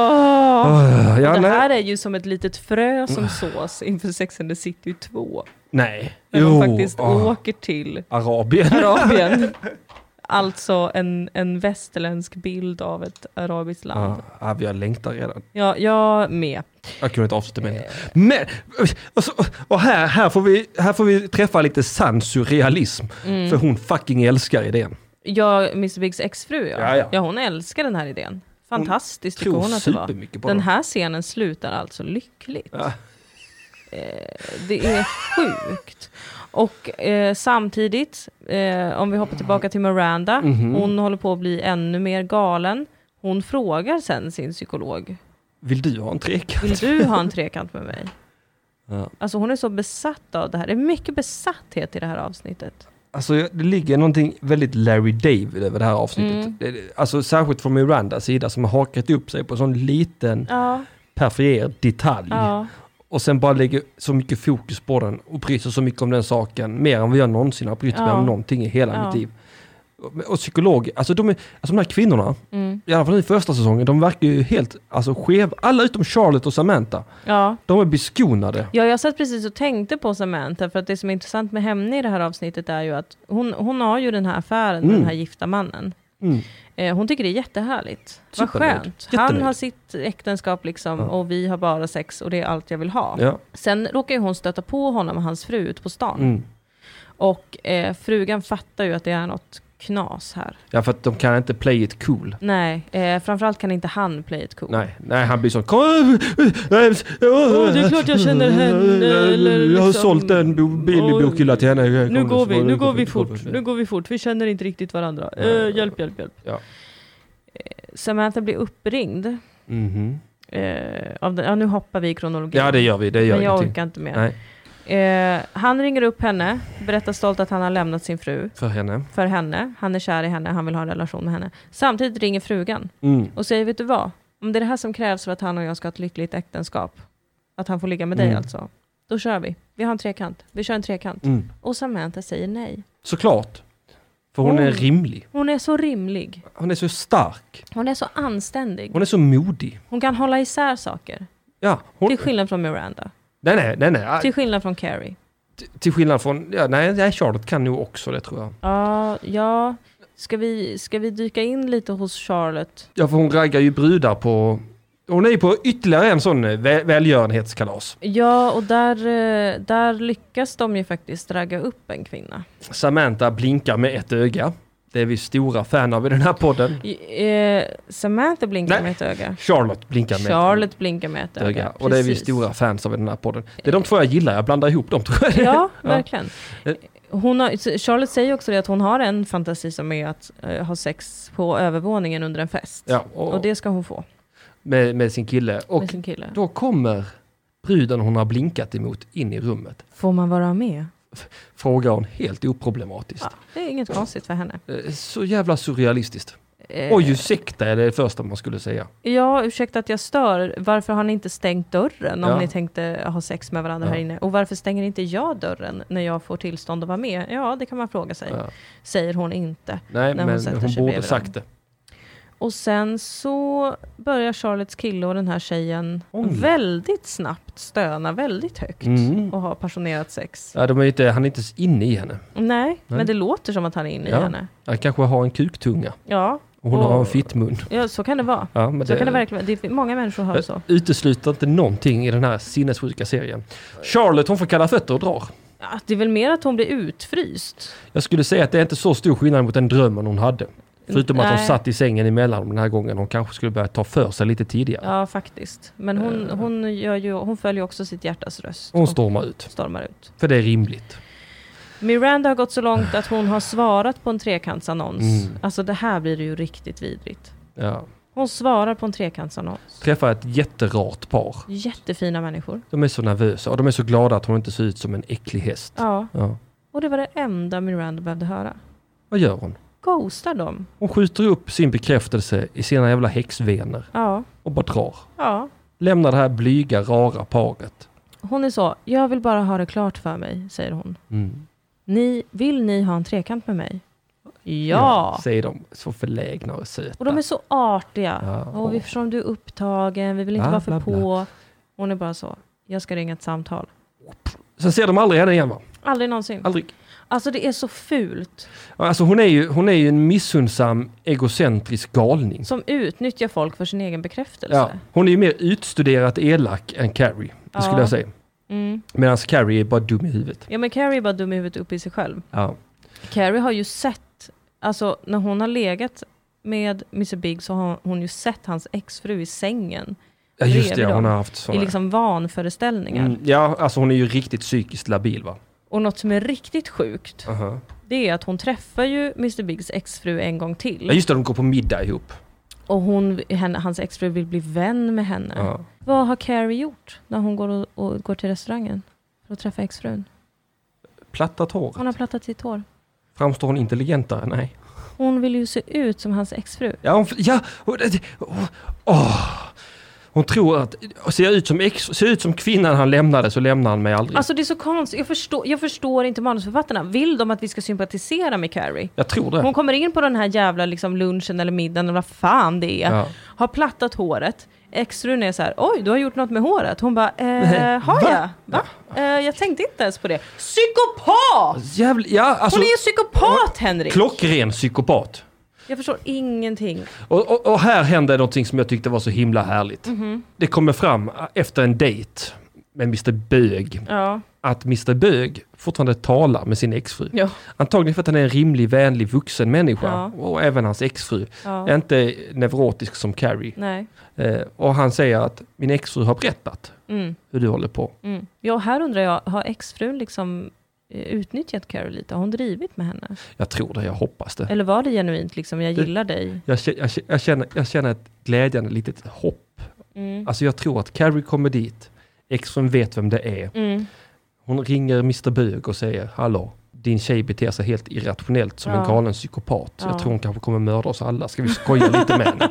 Speaker 2: Ah, ja,
Speaker 1: det
Speaker 2: nej.
Speaker 1: här är ju som ett litet frö som sås inför Sex and the City 2.
Speaker 2: nej.
Speaker 1: När
Speaker 2: Jo,
Speaker 1: de faktiskt
Speaker 2: ah,
Speaker 1: åker till
Speaker 2: Arabien.
Speaker 1: Arabien. alltså en, en västerländsk bild av ett arabiskt land.
Speaker 2: Ah, ah, jag längtar redan.
Speaker 1: Ja, jag med.
Speaker 2: Jag kunde inte avsluta meningen.
Speaker 1: Eh.
Speaker 2: Men, och, så, och här, här, får vi, här får vi träffa lite sann surrealism.
Speaker 1: Mm.
Speaker 2: För hon fucking älskar idén.
Speaker 1: Jag, Mr Bigs exfru, ja.
Speaker 2: Ja,
Speaker 1: Ja,
Speaker 2: ja.
Speaker 1: hon älskar den här idén. Fantastiskt
Speaker 2: Hon
Speaker 1: tycker
Speaker 2: tror
Speaker 1: hon att det var.
Speaker 2: supermycket på
Speaker 1: Den
Speaker 2: den.
Speaker 1: här scenen slutar alltså lyckligt. Eh, det är sjukt. Och eh, samtidigt, eh, om vi hoppar tillbaka till Miranda, hon håller på att bli ännu mer galen. Hon frågar sen sin psykolog,
Speaker 2: Vill du ha en trekant?
Speaker 1: vill du ha en trekant med mig?
Speaker 2: Ja.
Speaker 1: Alltså hon är så besatt av det här. Det är mycket besatthet i det här avsnittet.
Speaker 2: Alltså det ligger någonting väldigt Larry David över det här avsnittet.
Speaker 1: Mm.
Speaker 2: Det- det- Alltså särskilt från Mirandas sida som har hakat upp sig på en sån liten
Speaker 1: Ja,
Speaker 2: periferisk detalj.
Speaker 1: ja.
Speaker 2: och sen bara lägger så mycket fokus på den och bryr sig så mycket om den saken, mer än vad jag någonsin har brytt mig
Speaker 1: Ja.
Speaker 2: om någonting i hela
Speaker 1: Ja.
Speaker 2: mitt liv. Och- Och psykolog, alltså de, är, alltså de här kvinnorna,
Speaker 1: Mm.
Speaker 2: i alla fall i första säsongen, de verkar ju helt alltså, skev. Alla utom Charlotte och Samantha,
Speaker 1: Ja.
Speaker 2: de är beskonade.
Speaker 1: Ja, jag satt precis och tänkte på Samantha, för att det som är intressant med henne i det här avsnittet är ju att hon, hon har ju den här affären med den här gifta mannen.
Speaker 2: Mm.
Speaker 1: Eh, hon tycker det är jättehärligt. Vad
Speaker 2: Supernöjd.
Speaker 1: skönt. Han
Speaker 2: Jättenöjd.
Speaker 1: har sitt äktenskap liksom och vi har bara sex och det är allt jag vill ha.
Speaker 2: Ja.
Speaker 1: Sen råkar ju hon stöta på honom och hans fru ute på stan.
Speaker 2: Mm.
Speaker 1: Och eh, frugan fattar ju att det är något knas här.
Speaker 2: ja, för att de kan inte play it cool.
Speaker 1: Nej, eh, framförallt kan inte han play it cool.
Speaker 2: Nej, nej han blir så... Kom, eh, nej,
Speaker 1: Åh, det är klart jag
Speaker 2: eh,
Speaker 1: känner henne, eller
Speaker 2: jag har
Speaker 1: liksom-
Speaker 2: sålt en bo- billig
Speaker 1: Åh,
Speaker 2: bokhylla till henne. Jag
Speaker 1: Nu
Speaker 2: kommer-
Speaker 1: går vi, nu går vi
Speaker 2: kommer-
Speaker 1: fort, nu går vi fort, vi känner inte riktigt varandra.
Speaker 2: Nej.
Speaker 1: Eh, hjälp, hjälp, hjälp.
Speaker 2: Ja.
Speaker 1: Eh, Samantha blir uppringd.
Speaker 2: Mhm.
Speaker 1: Eh, av den, ja, nu hoppar vi i kronologin.
Speaker 2: Ja, det gör vi. Det gör
Speaker 1: Men jag
Speaker 2: ingenting.
Speaker 1: orkar inte mer.
Speaker 2: Nej,
Speaker 1: Eh, han ringer upp henne, berättar stolt att han har lämnat sin fru
Speaker 2: för henne.
Speaker 1: för henne. Han är kär i henne, han vill ha en relation med henne. Samtidigt ringer frugan
Speaker 2: Mm.
Speaker 1: och säger, vet du vad? Om det är det här som krävs för att han och jag ska ha ett lyckligt äktenskap, att han får ligga med dig
Speaker 2: Mm.
Speaker 1: alltså, då kör vi. Vi har en trekant. Vi kör en trekant.
Speaker 2: Mm.
Speaker 1: Och Samantha säger nej.
Speaker 2: Såklart. För hon är
Speaker 1: Oj.
Speaker 2: rimlig.
Speaker 1: Hon är så rimlig.
Speaker 2: Hon är så stark.
Speaker 1: Hon är så anständig.
Speaker 2: Hon är så modig.
Speaker 1: Hon kan hålla isär saker.
Speaker 2: Ja, hon...
Speaker 1: Till skillnad från Miranda.
Speaker 2: Nej, nej, nej. nej. Ah,
Speaker 1: Till skillnad från Carrie.
Speaker 2: t- Till skillnad från... Ja, nej, nej, Charlotte kan nog också det tror jag.
Speaker 1: Ja, ja. Ska vi, ska vi dyka in lite hos Charlotte?
Speaker 2: Ja, för hon raggar ju brudar på... Hon är ju på ytterligare en sån eh, väl- välgörenhetskalas.
Speaker 1: Ja, och där, eh, där lyckas de ju faktiskt ragga upp en kvinna.
Speaker 2: Samantha blinkar med ett öga. Det är vi stora fan av i den här podden.
Speaker 1: I- Eh, Samantha blinkar
Speaker 2: Nej.
Speaker 1: med ett öga.
Speaker 2: Charlotte blinkar med
Speaker 1: Charlotte blinkar med ett
Speaker 2: ett
Speaker 1: öga.
Speaker 2: öga. Och det är vi
Speaker 1: precis.
Speaker 2: stora fans av i den här podden. Det är de två jag gillar, jag blandar ihop dem tror jag.
Speaker 1: Ja, verkligen.
Speaker 2: Eh.
Speaker 1: Hon har, Charlotte säger också det att hon har en fantasi som är att eh, ha sex på övervåningen under en fest.
Speaker 2: Ja, och,
Speaker 1: Och det ska hon få
Speaker 2: Med, med sin kille. Och
Speaker 1: med sin kille.
Speaker 2: då kommer bruden hon har blinkat emot in i rummet.
Speaker 1: Får man vara med?
Speaker 2: Frågar hon helt oproblematiskt.
Speaker 1: Ja, det är inget konstigt för henne.
Speaker 2: Eh, Så jävla surrealistiskt.
Speaker 1: Eh,
Speaker 2: Oj, ursäkta är det första man skulle säga.
Speaker 1: Ja, ursäkta att jag stör. Varför har ni inte stängt dörren om
Speaker 2: Ja.
Speaker 1: ni tänkte ha sex med varandra
Speaker 2: Ja.
Speaker 1: här inne? Och varför stänger inte jag dörren när jag får tillstånd att vara med? Ja, det kan man fråga sig.
Speaker 2: Ja.
Speaker 1: Säger hon inte.
Speaker 2: Nej,
Speaker 1: När hon
Speaker 2: men
Speaker 1: sätter
Speaker 2: hon
Speaker 1: sig
Speaker 2: borde
Speaker 1: bredvid
Speaker 2: sagt det.
Speaker 1: Och sen så börjar Charlottes kille och den här tjejen
Speaker 2: Oj.
Speaker 1: väldigt snabbt stöna väldigt högt
Speaker 2: Mm.
Speaker 1: och ha passionerat sex.
Speaker 2: Ja, de är ju inte, han är inte ens inne i henne.
Speaker 1: Nej, men det låter som att han är inne
Speaker 2: Ja.
Speaker 1: i henne.
Speaker 2: Han kanske har en kuktunga.
Speaker 1: Ja,
Speaker 2: Och hon
Speaker 1: Och-
Speaker 2: har en fittmun.
Speaker 1: ja, så kan det vara.
Speaker 2: Ja, men Eh,
Speaker 1: Så kan det verkligen vara. Det är, många människor har det så.
Speaker 2: Utesluter inte någonting i den här sinnessjuka serien. Charlotte hon får kalla fötter och drar.
Speaker 1: Ja, det är väl mer att hon blir utfryst.
Speaker 2: Jag skulle säga att det är inte så stor skillnad mot den drömmen hon hade. Förutom att hon
Speaker 1: Nej.
Speaker 2: satt i sängen emellan den här gången. Hon kanske skulle börja ta för sig lite tidigare.
Speaker 1: Ja, faktiskt. Men hon, hon, gör ju, hon följer också sitt hjärtas röst.
Speaker 2: Hon
Speaker 1: och
Speaker 2: stormar ut.
Speaker 1: stormar ut.
Speaker 2: För det är rimligt.
Speaker 1: Miranda har gått så långt att hon har svarat på en trekantsannons.
Speaker 2: Mm.
Speaker 1: Alltså det här blir ju riktigt vidrigt.
Speaker 2: Ja.
Speaker 1: Hon svarar på en trekantsannons.
Speaker 2: Träffar ett jätterart par.
Speaker 1: Jättefina människor.
Speaker 2: De är så nervösa och de är så glada att hon inte ser ut som en äcklig häst.
Speaker 1: Ja,
Speaker 2: Ja.
Speaker 1: och det var det enda Miranda behövde höra.
Speaker 2: Vad gör hon?
Speaker 1: Ghostar dem.
Speaker 2: Hon skjuter upp sin bekräftelse i sina jävla häxvener
Speaker 1: Ja,
Speaker 2: och bara drar.
Speaker 1: ja.
Speaker 2: Lämnar det här blyga, rara paret.
Speaker 1: Hon är så, jag vill bara ha det klart för mig, säger hon.
Speaker 2: Mm.
Speaker 1: Ni, vill ni ha en trekant med mig? ja.
Speaker 2: Säger de så förlägna och söta.
Speaker 1: Och de är så artiga.
Speaker 2: Ja.
Speaker 1: Och vi förstår om du är upptagen, vi vill inte
Speaker 2: Bla,
Speaker 1: vara för
Speaker 2: bla, bla.
Speaker 1: på. Hon är bara så, jag ska ringa ett samtal.
Speaker 2: Sen ser de aldrig henne igen va?
Speaker 1: Aldrig någonsin.
Speaker 2: Aldrig.
Speaker 1: Alltså det är så fult.
Speaker 2: Alltså hon är ju, hon är ju en missunnsam, egocentrisk galning.
Speaker 1: Som utnyttjar folk för sin egen
Speaker 2: Ja,
Speaker 1: bekräftelse.
Speaker 2: hon är ju mer utstuderat elak än Carrie, det
Speaker 1: Alltså.
Speaker 2: skulle
Speaker 1: Ja.
Speaker 2: jag säga.
Speaker 1: Ja, mm.
Speaker 2: Medan Carrie är bara dum i huvudet.
Speaker 1: ja men Carrie är bara dum i huvudet uppe i sig själv.
Speaker 2: Ja.
Speaker 1: Carrie har ju sett, alltså när hon har legat med Mr Big så har hon ju sett hans exfru i sängen.
Speaker 2: Ja, just det,
Speaker 1: Bredvid
Speaker 2: ja, hon
Speaker 1: dem.
Speaker 2: har haft
Speaker 1: I
Speaker 2: sådana.
Speaker 1: liksom vanföreställningar.
Speaker 2: Mm, ja, alltså hon är ju riktigt psykiskt labil va?
Speaker 1: Och något som är riktigt sjukt,
Speaker 2: Aha.
Speaker 1: det är att hon träffar ju Mr Bigs exfru en gång till.
Speaker 2: Ja, just det, de går på middag ihop.
Speaker 1: Och hon, henne, hans exfru vill bli vän med henne.
Speaker 2: Ja.
Speaker 1: Vad har Carrie gjort när hon går, och, och går till restaurangen för att träffa exfrun?
Speaker 2: Plattat hår.
Speaker 1: Hon har plattat sitt hår.
Speaker 2: Framstår hon intelligentare? Nej.
Speaker 1: Hon vill ju se ut som hans exfru.
Speaker 2: Ja, hon, ja, hon, det- åh. Hon tror att, ser jag ut som, ex, ser jag ut som kvinnan han lämnade så lämnar han mig aldrig.
Speaker 1: Alltså det är så konstigt. Jag förstår, jag förstår inte manusförfattarna. Vill de att vi ska sympatisera med Carrie?
Speaker 2: jag tror det.
Speaker 1: Hon kommer in på den här jävla liksom, lunchen eller middagen eller vad fan det är.
Speaker 2: Ja.
Speaker 1: Har plattat håret. Extrun är så här, oj du har gjort något med håret. Hon bara, eh, har
Speaker 2: Va?
Speaker 1: jag? Va? Eh, jag tänkte inte ens på det. Psykopat!
Speaker 2: Jävla, ja, alltså,
Speaker 1: Hon är ju psykopat Henrik!
Speaker 2: klockren psykopat.
Speaker 1: Jag förstår ingenting.
Speaker 2: Och, och, och här hände någonting som jag tyckte var så himla härligt.
Speaker 1: Mhm.
Speaker 2: Det kommer fram efter en dejt med Mr Bög
Speaker 1: Ja.
Speaker 2: att Mr Bög fortfarande talar med sin exfru.
Speaker 1: Ja.
Speaker 2: Antagligen för att han är en rimlig, vänlig, vuxen människa.
Speaker 1: Ja.
Speaker 2: Och även hans exfru.
Speaker 1: Ja.
Speaker 2: Är inte neurotisk som Carrie.
Speaker 1: Nej.
Speaker 2: Eh, och han säger att min exfru har berättat
Speaker 1: Mm.
Speaker 2: hur du håller på.
Speaker 1: Mm. Ja, och här undrar jag, har exfrun liksom eh, utnyttjat Carrie lite? Har hon drivit med henne?
Speaker 2: Jag tror det, jag hoppas det.
Speaker 1: Eller var det genuint liksom, jag gillar dig?
Speaker 2: Jag, kä- jag, kä- jag, känner, jag känner ett glädjande litet hopp.
Speaker 1: Mm.
Speaker 2: Alltså jag tror att Carrie kommer dit, exfrun vet vem det är.
Speaker 1: Mm.
Speaker 2: Hon ringer Mr Bög och säger hallå, din tjej beter sig helt irrationellt som
Speaker 1: Ja.
Speaker 2: en galen psykopat.
Speaker 1: Ja.
Speaker 2: Jag tror hon kanske kommer mörda oss alla, ska vi skoja lite med henne?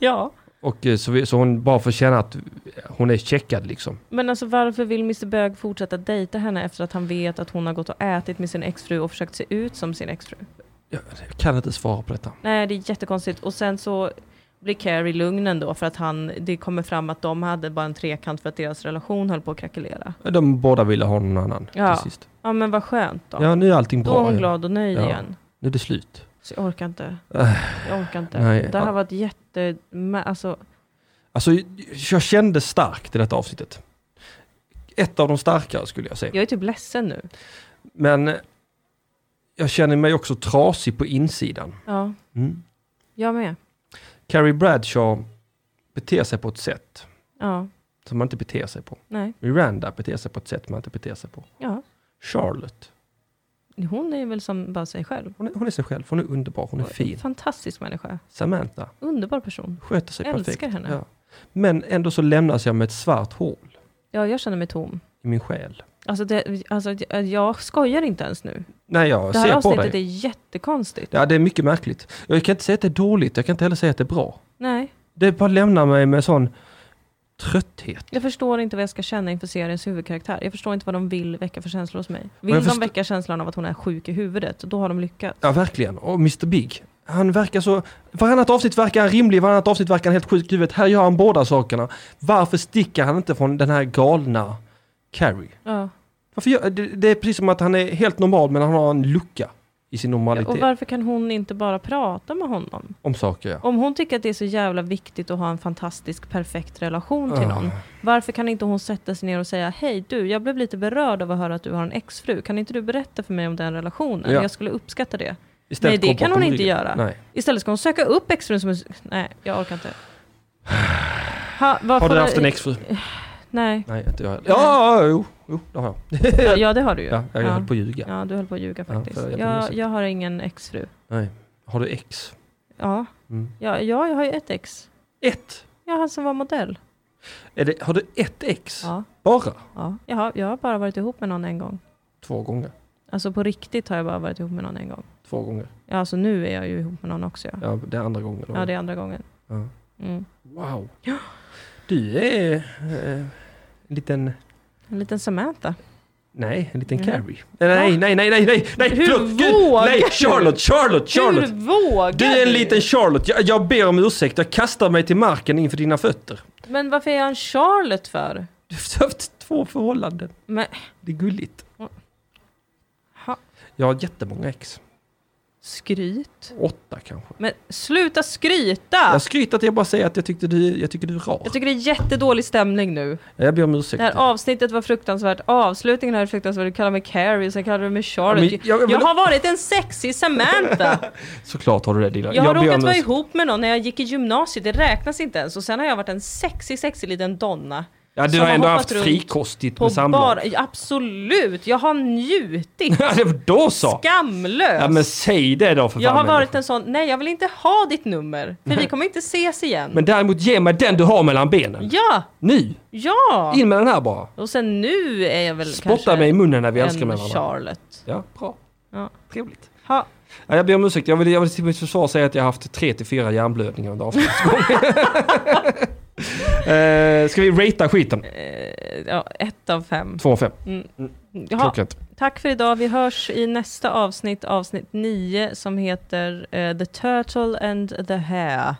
Speaker 1: Ja.
Speaker 2: Och eh, så, vi, så hon bara får känna att hon är checkad liksom.
Speaker 1: Men alltså varför vill Mr Bög fortsätta dejta henne efter att han vet att hon har gått och ätit med sin exfru och försökt se ut som sin exfru?
Speaker 2: Jag kan inte svara på detta.
Speaker 1: Nej, det är jättekonstigt. Och sen så blir Carrie lugn ändå för att han, det kommer fram att de hade bara en trekant för att deras relation höll på att krackelera.
Speaker 2: De båda ville ha någon annan
Speaker 1: Ja.
Speaker 2: till sist.
Speaker 1: Ja men vad skönt då.
Speaker 2: Ja, nu är allting
Speaker 1: då är
Speaker 2: bra.
Speaker 1: hon
Speaker 2: igen.
Speaker 1: glad och nöjd
Speaker 2: Ja.
Speaker 1: igen.
Speaker 2: Nu är det slut.
Speaker 1: Så jag orkar inte.
Speaker 2: Äh.
Speaker 1: Jag orkar inte.
Speaker 2: Nej.
Speaker 1: det här var ett jätte... mä- Alltså,
Speaker 2: Alltså, jag kände starkt i detta avsnittet. Ett av de starkare skulle jag säga.
Speaker 1: jag är typ ledsen nu.
Speaker 2: Men jag känner mig också trasig på insidan.
Speaker 1: Ja,
Speaker 2: Mm.
Speaker 1: jag med.
Speaker 2: Carrie Bradshaw beter sig på ett sätt
Speaker 1: Ja,
Speaker 2: som man inte beter sig på.
Speaker 1: nej.
Speaker 2: Miranda beter sig på ett sätt man inte beter sig på.
Speaker 1: Ja.
Speaker 2: Charlotte,
Speaker 1: Hon är väl som bara sig själv.
Speaker 2: hon är, hon är sig själv, hon är underbar, hon är fin.
Speaker 1: Fantastisk människa.
Speaker 2: Samantha
Speaker 1: Underbar person.
Speaker 2: sköter sig
Speaker 1: Älskar
Speaker 2: perfekt.
Speaker 1: henne.
Speaker 2: Ja. Men ändå så lämnas jag med ett svart hål
Speaker 1: Ja, jag känner mig tom.
Speaker 2: i min själ.
Speaker 1: Alltså, det, alltså det- jag skojar inte ens nu.
Speaker 2: Nej, jag
Speaker 1: Det här
Speaker 2: ser på
Speaker 1: avsnittet
Speaker 2: dig.
Speaker 1: är jättekonstigt.
Speaker 2: Ja, det är mycket märkligt. Jag kan inte säga att det är dåligt, jag kan inte heller säga att det är bra.
Speaker 1: Nej,
Speaker 2: Det bara lämnar mig med sån trötthet.
Speaker 1: jag förstår inte vad jag ska känna inför seriens huvudkaraktär. Jag förstår inte vad de vill väcka för känslor hos mig. Vill
Speaker 2: jag
Speaker 1: de
Speaker 2: förstår-
Speaker 1: väcka känslan av att hon är sjuk i huvudet, då har de lyckats.
Speaker 2: Ja, verkligen. Och Mr Big. Han verkar så... Varannat avsnitt verkar han rimlig, varannat avsnitt verkar han helt sjuk i huvudet. Här gör han båda sakerna. Varför sticker han inte från den här galna Carrie?
Speaker 1: Ja.
Speaker 2: Varför gör... det, det är precis som att han är helt normal men han har en lucka i sin normalitet.
Speaker 1: Och varför kan hon inte bara prata med honom?
Speaker 2: Om saker, ja.
Speaker 1: Om hon tycker att det är så jävla viktigt att ha en fantastisk, perfekt relation till
Speaker 2: Ja.
Speaker 1: någon, varför kan inte hon sätta sig ner och säga Hej du, jag blev lite berörd av att höra att du har en exfru. Kan inte du berätta för mig om den relationen?
Speaker 2: Ja.
Speaker 1: Jag skulle uppskatta det.
Speaker 2: Istället
Speaker 1: Nej, det
Speaker 2: går
Speaker 1: kan
Speaker 2: bakom
Speaker 1: hon inte
Speaker 2: ryggen.
Speaker 1: göra.
Speaker 2: Nej.
Speaker 1: Istället ska hon söka upp exfrun som... Nej, jag orkar inte. Ha,
Speaker 2: Har du haft en exfru?
Speaker 1: Nej,
Speaker 2: Nej, inte jag heller. Ja, ja, jo, jo, det har jag.
Speaker 1: ja, ja det har du ju.
Speaker 2: Ja, jag höll på att ljuga.
Speaker 1: ja, du höll på att ljuga
Speaker 2: Ja,
Speaker 1: faktiskt.
Speaker 2: för jag-
Speaker 1: jag, jag har ingen exfru.
Speaker 2: Nej. Har du ex?
Speaker 1: Ja.
Speaker 2: Mm.
Speaker 1: Ja, ja, jag har ju ett ex.
Speaker 2: Ett?
Speaker 1: Ja, han som var modell.
Speaker 2: Är det, har du ett ex?
Speaker 1: Ja,
Speaker 2: Bara?
Speaker 1: ja. Jag, har, jag har bara varit ihop med någon en gång.
Speaker 2: Två gånger.
Speaker 1: Alltså på riktigt har jag bara varit ihop med någon en gång.
Speaker 2: Två gånger.
Speaker 1: Ja, alltså nu är jag ju ihop med någon också. Ja,
Speaker 2: Ja, det är andra gången.
Speaker 1: ja det är andra gången.
Speaker 2: Ja.
Speaker 1: Mm.
Speaker 2: Wow. Du är eh, en liten...
Speaker 1: En liten Samantha.
Speaker 2: Nej, en liten
Speaker 1: Mm.
Speaker 2: Carrie. Nej, nej, nej, nej, nej, nej,
Speaker 1: Hur
Speaker 2: förlåt, gud,
Speaker 1: vågar
Speaker 2: Nej,
Speaker 1: du?
Speaker 2: Charlotte, Charlotte, Charlotte!
Speaker 1: Hur vågar
Speaker 2: Du är en liten Charlotte. Jag, jag ber om ursäkt, jag kastar mig till marken inför dina fötter.
Speaker 1: Men varför är jag en Charlotte för?
Speaker 2: Du har haft två förhållanden.
Speaker 1: Men,
Speaker 2: Det är gulligt.
Speaker 1: ha,
Speaker 2: Jag har jättemånga ex.
Speaker 1: skryt?
Speaker 2: Åtta kanske.
Speaker 1: Men sluta skryta!
Speaker 2: Jag skryter att jag bara säger att jag tyckte du, jag tycker du är rar.
Speaker 1: Jag tycker det är jättedålig stämning nu.
Speaker 2: Jag ber om ursäkt.
Speaker 1: Det här avsnittet var fruktansvärt, avslutningen här är fruktansvärd. Du kallar mig Carrie, sen kallar du mig Charlotte.
Speaker 2: Ja, men jag-
Speaker 1: jag,
Speaker 2: men-
Speaker 1: har varit en sexig Samantha!
Speaker 2: Såklart har du det Dilla.
Speaker 1: Jag har
Speaker 2: ber om
Speaker 1: råkat vara
Speaker 2: ursäkt.
Speaker 1: ihop med någon när jag gick i gymnasiet, det räknas inte ens. Och sen har jag varit en sexig, sexig liten donna.
Speaker 2: Ja, du
Speaker 1: som
Speaker 2: har
Speaker 1: har
Speaker 2: ändå
Speaker 1: hoppat
Speaker 2: haft
Speaker 1: runt
Speaker 2: frikostigt
Speaker 1: På
Speaker 2: med samlag.
Speaker 1: bar... Absolut! Jag har njutit!
Speaker 2: Ja, det var då så!
Speaker 1: Skamlös!
Speaker 2: Ja, men säg det då för
Speaker 1: jag
Speaker 2: fan,
Speaker 1: har varit
Speaker 2: människa.
Speaker 1: en sån, nej jag vill inte ha ditt nummer, för vi kommer inte ses igen.
Speaker 2: Men däremot ge mig den du har mellan benen.
Speaker 1: Ja!
Speaker 2: Nu!
Speaker 1: Ja!
Speaker 2: In med den här bara.
Speaker 1: Och sen nu är jag väl
Speaker 2: Spotta
Speaker 1: kanske
Speaker 2: mig i munnen när vi älskar
Speaker 1: en
Speaker 2: med varandra.
Speaker 1: Charlotte.
Speaker 2: Ja, bra.
Speaker 1: Ja.
Speaker 2: Trevligt.
Speaker 1: Ha.
Speaker 2: Ja, jag ber om ursäkt. Jag vill, jag vill till mitt försvar säga att jag har haft tre till fyra hjärnblödningar under avsnittets gång. Eh, ska vi ratea skiten?
Speaker 1: eh, Ja, ett av fem.
Speaker 2: Två av fem.
Speaker 1: Jaha,
Speaker 2: Klockrent.
Speaker 1: tack för idag. Vi hörs i nästa avsnitt, avsnitt 9, som heter eh, The Turtle and the Hare.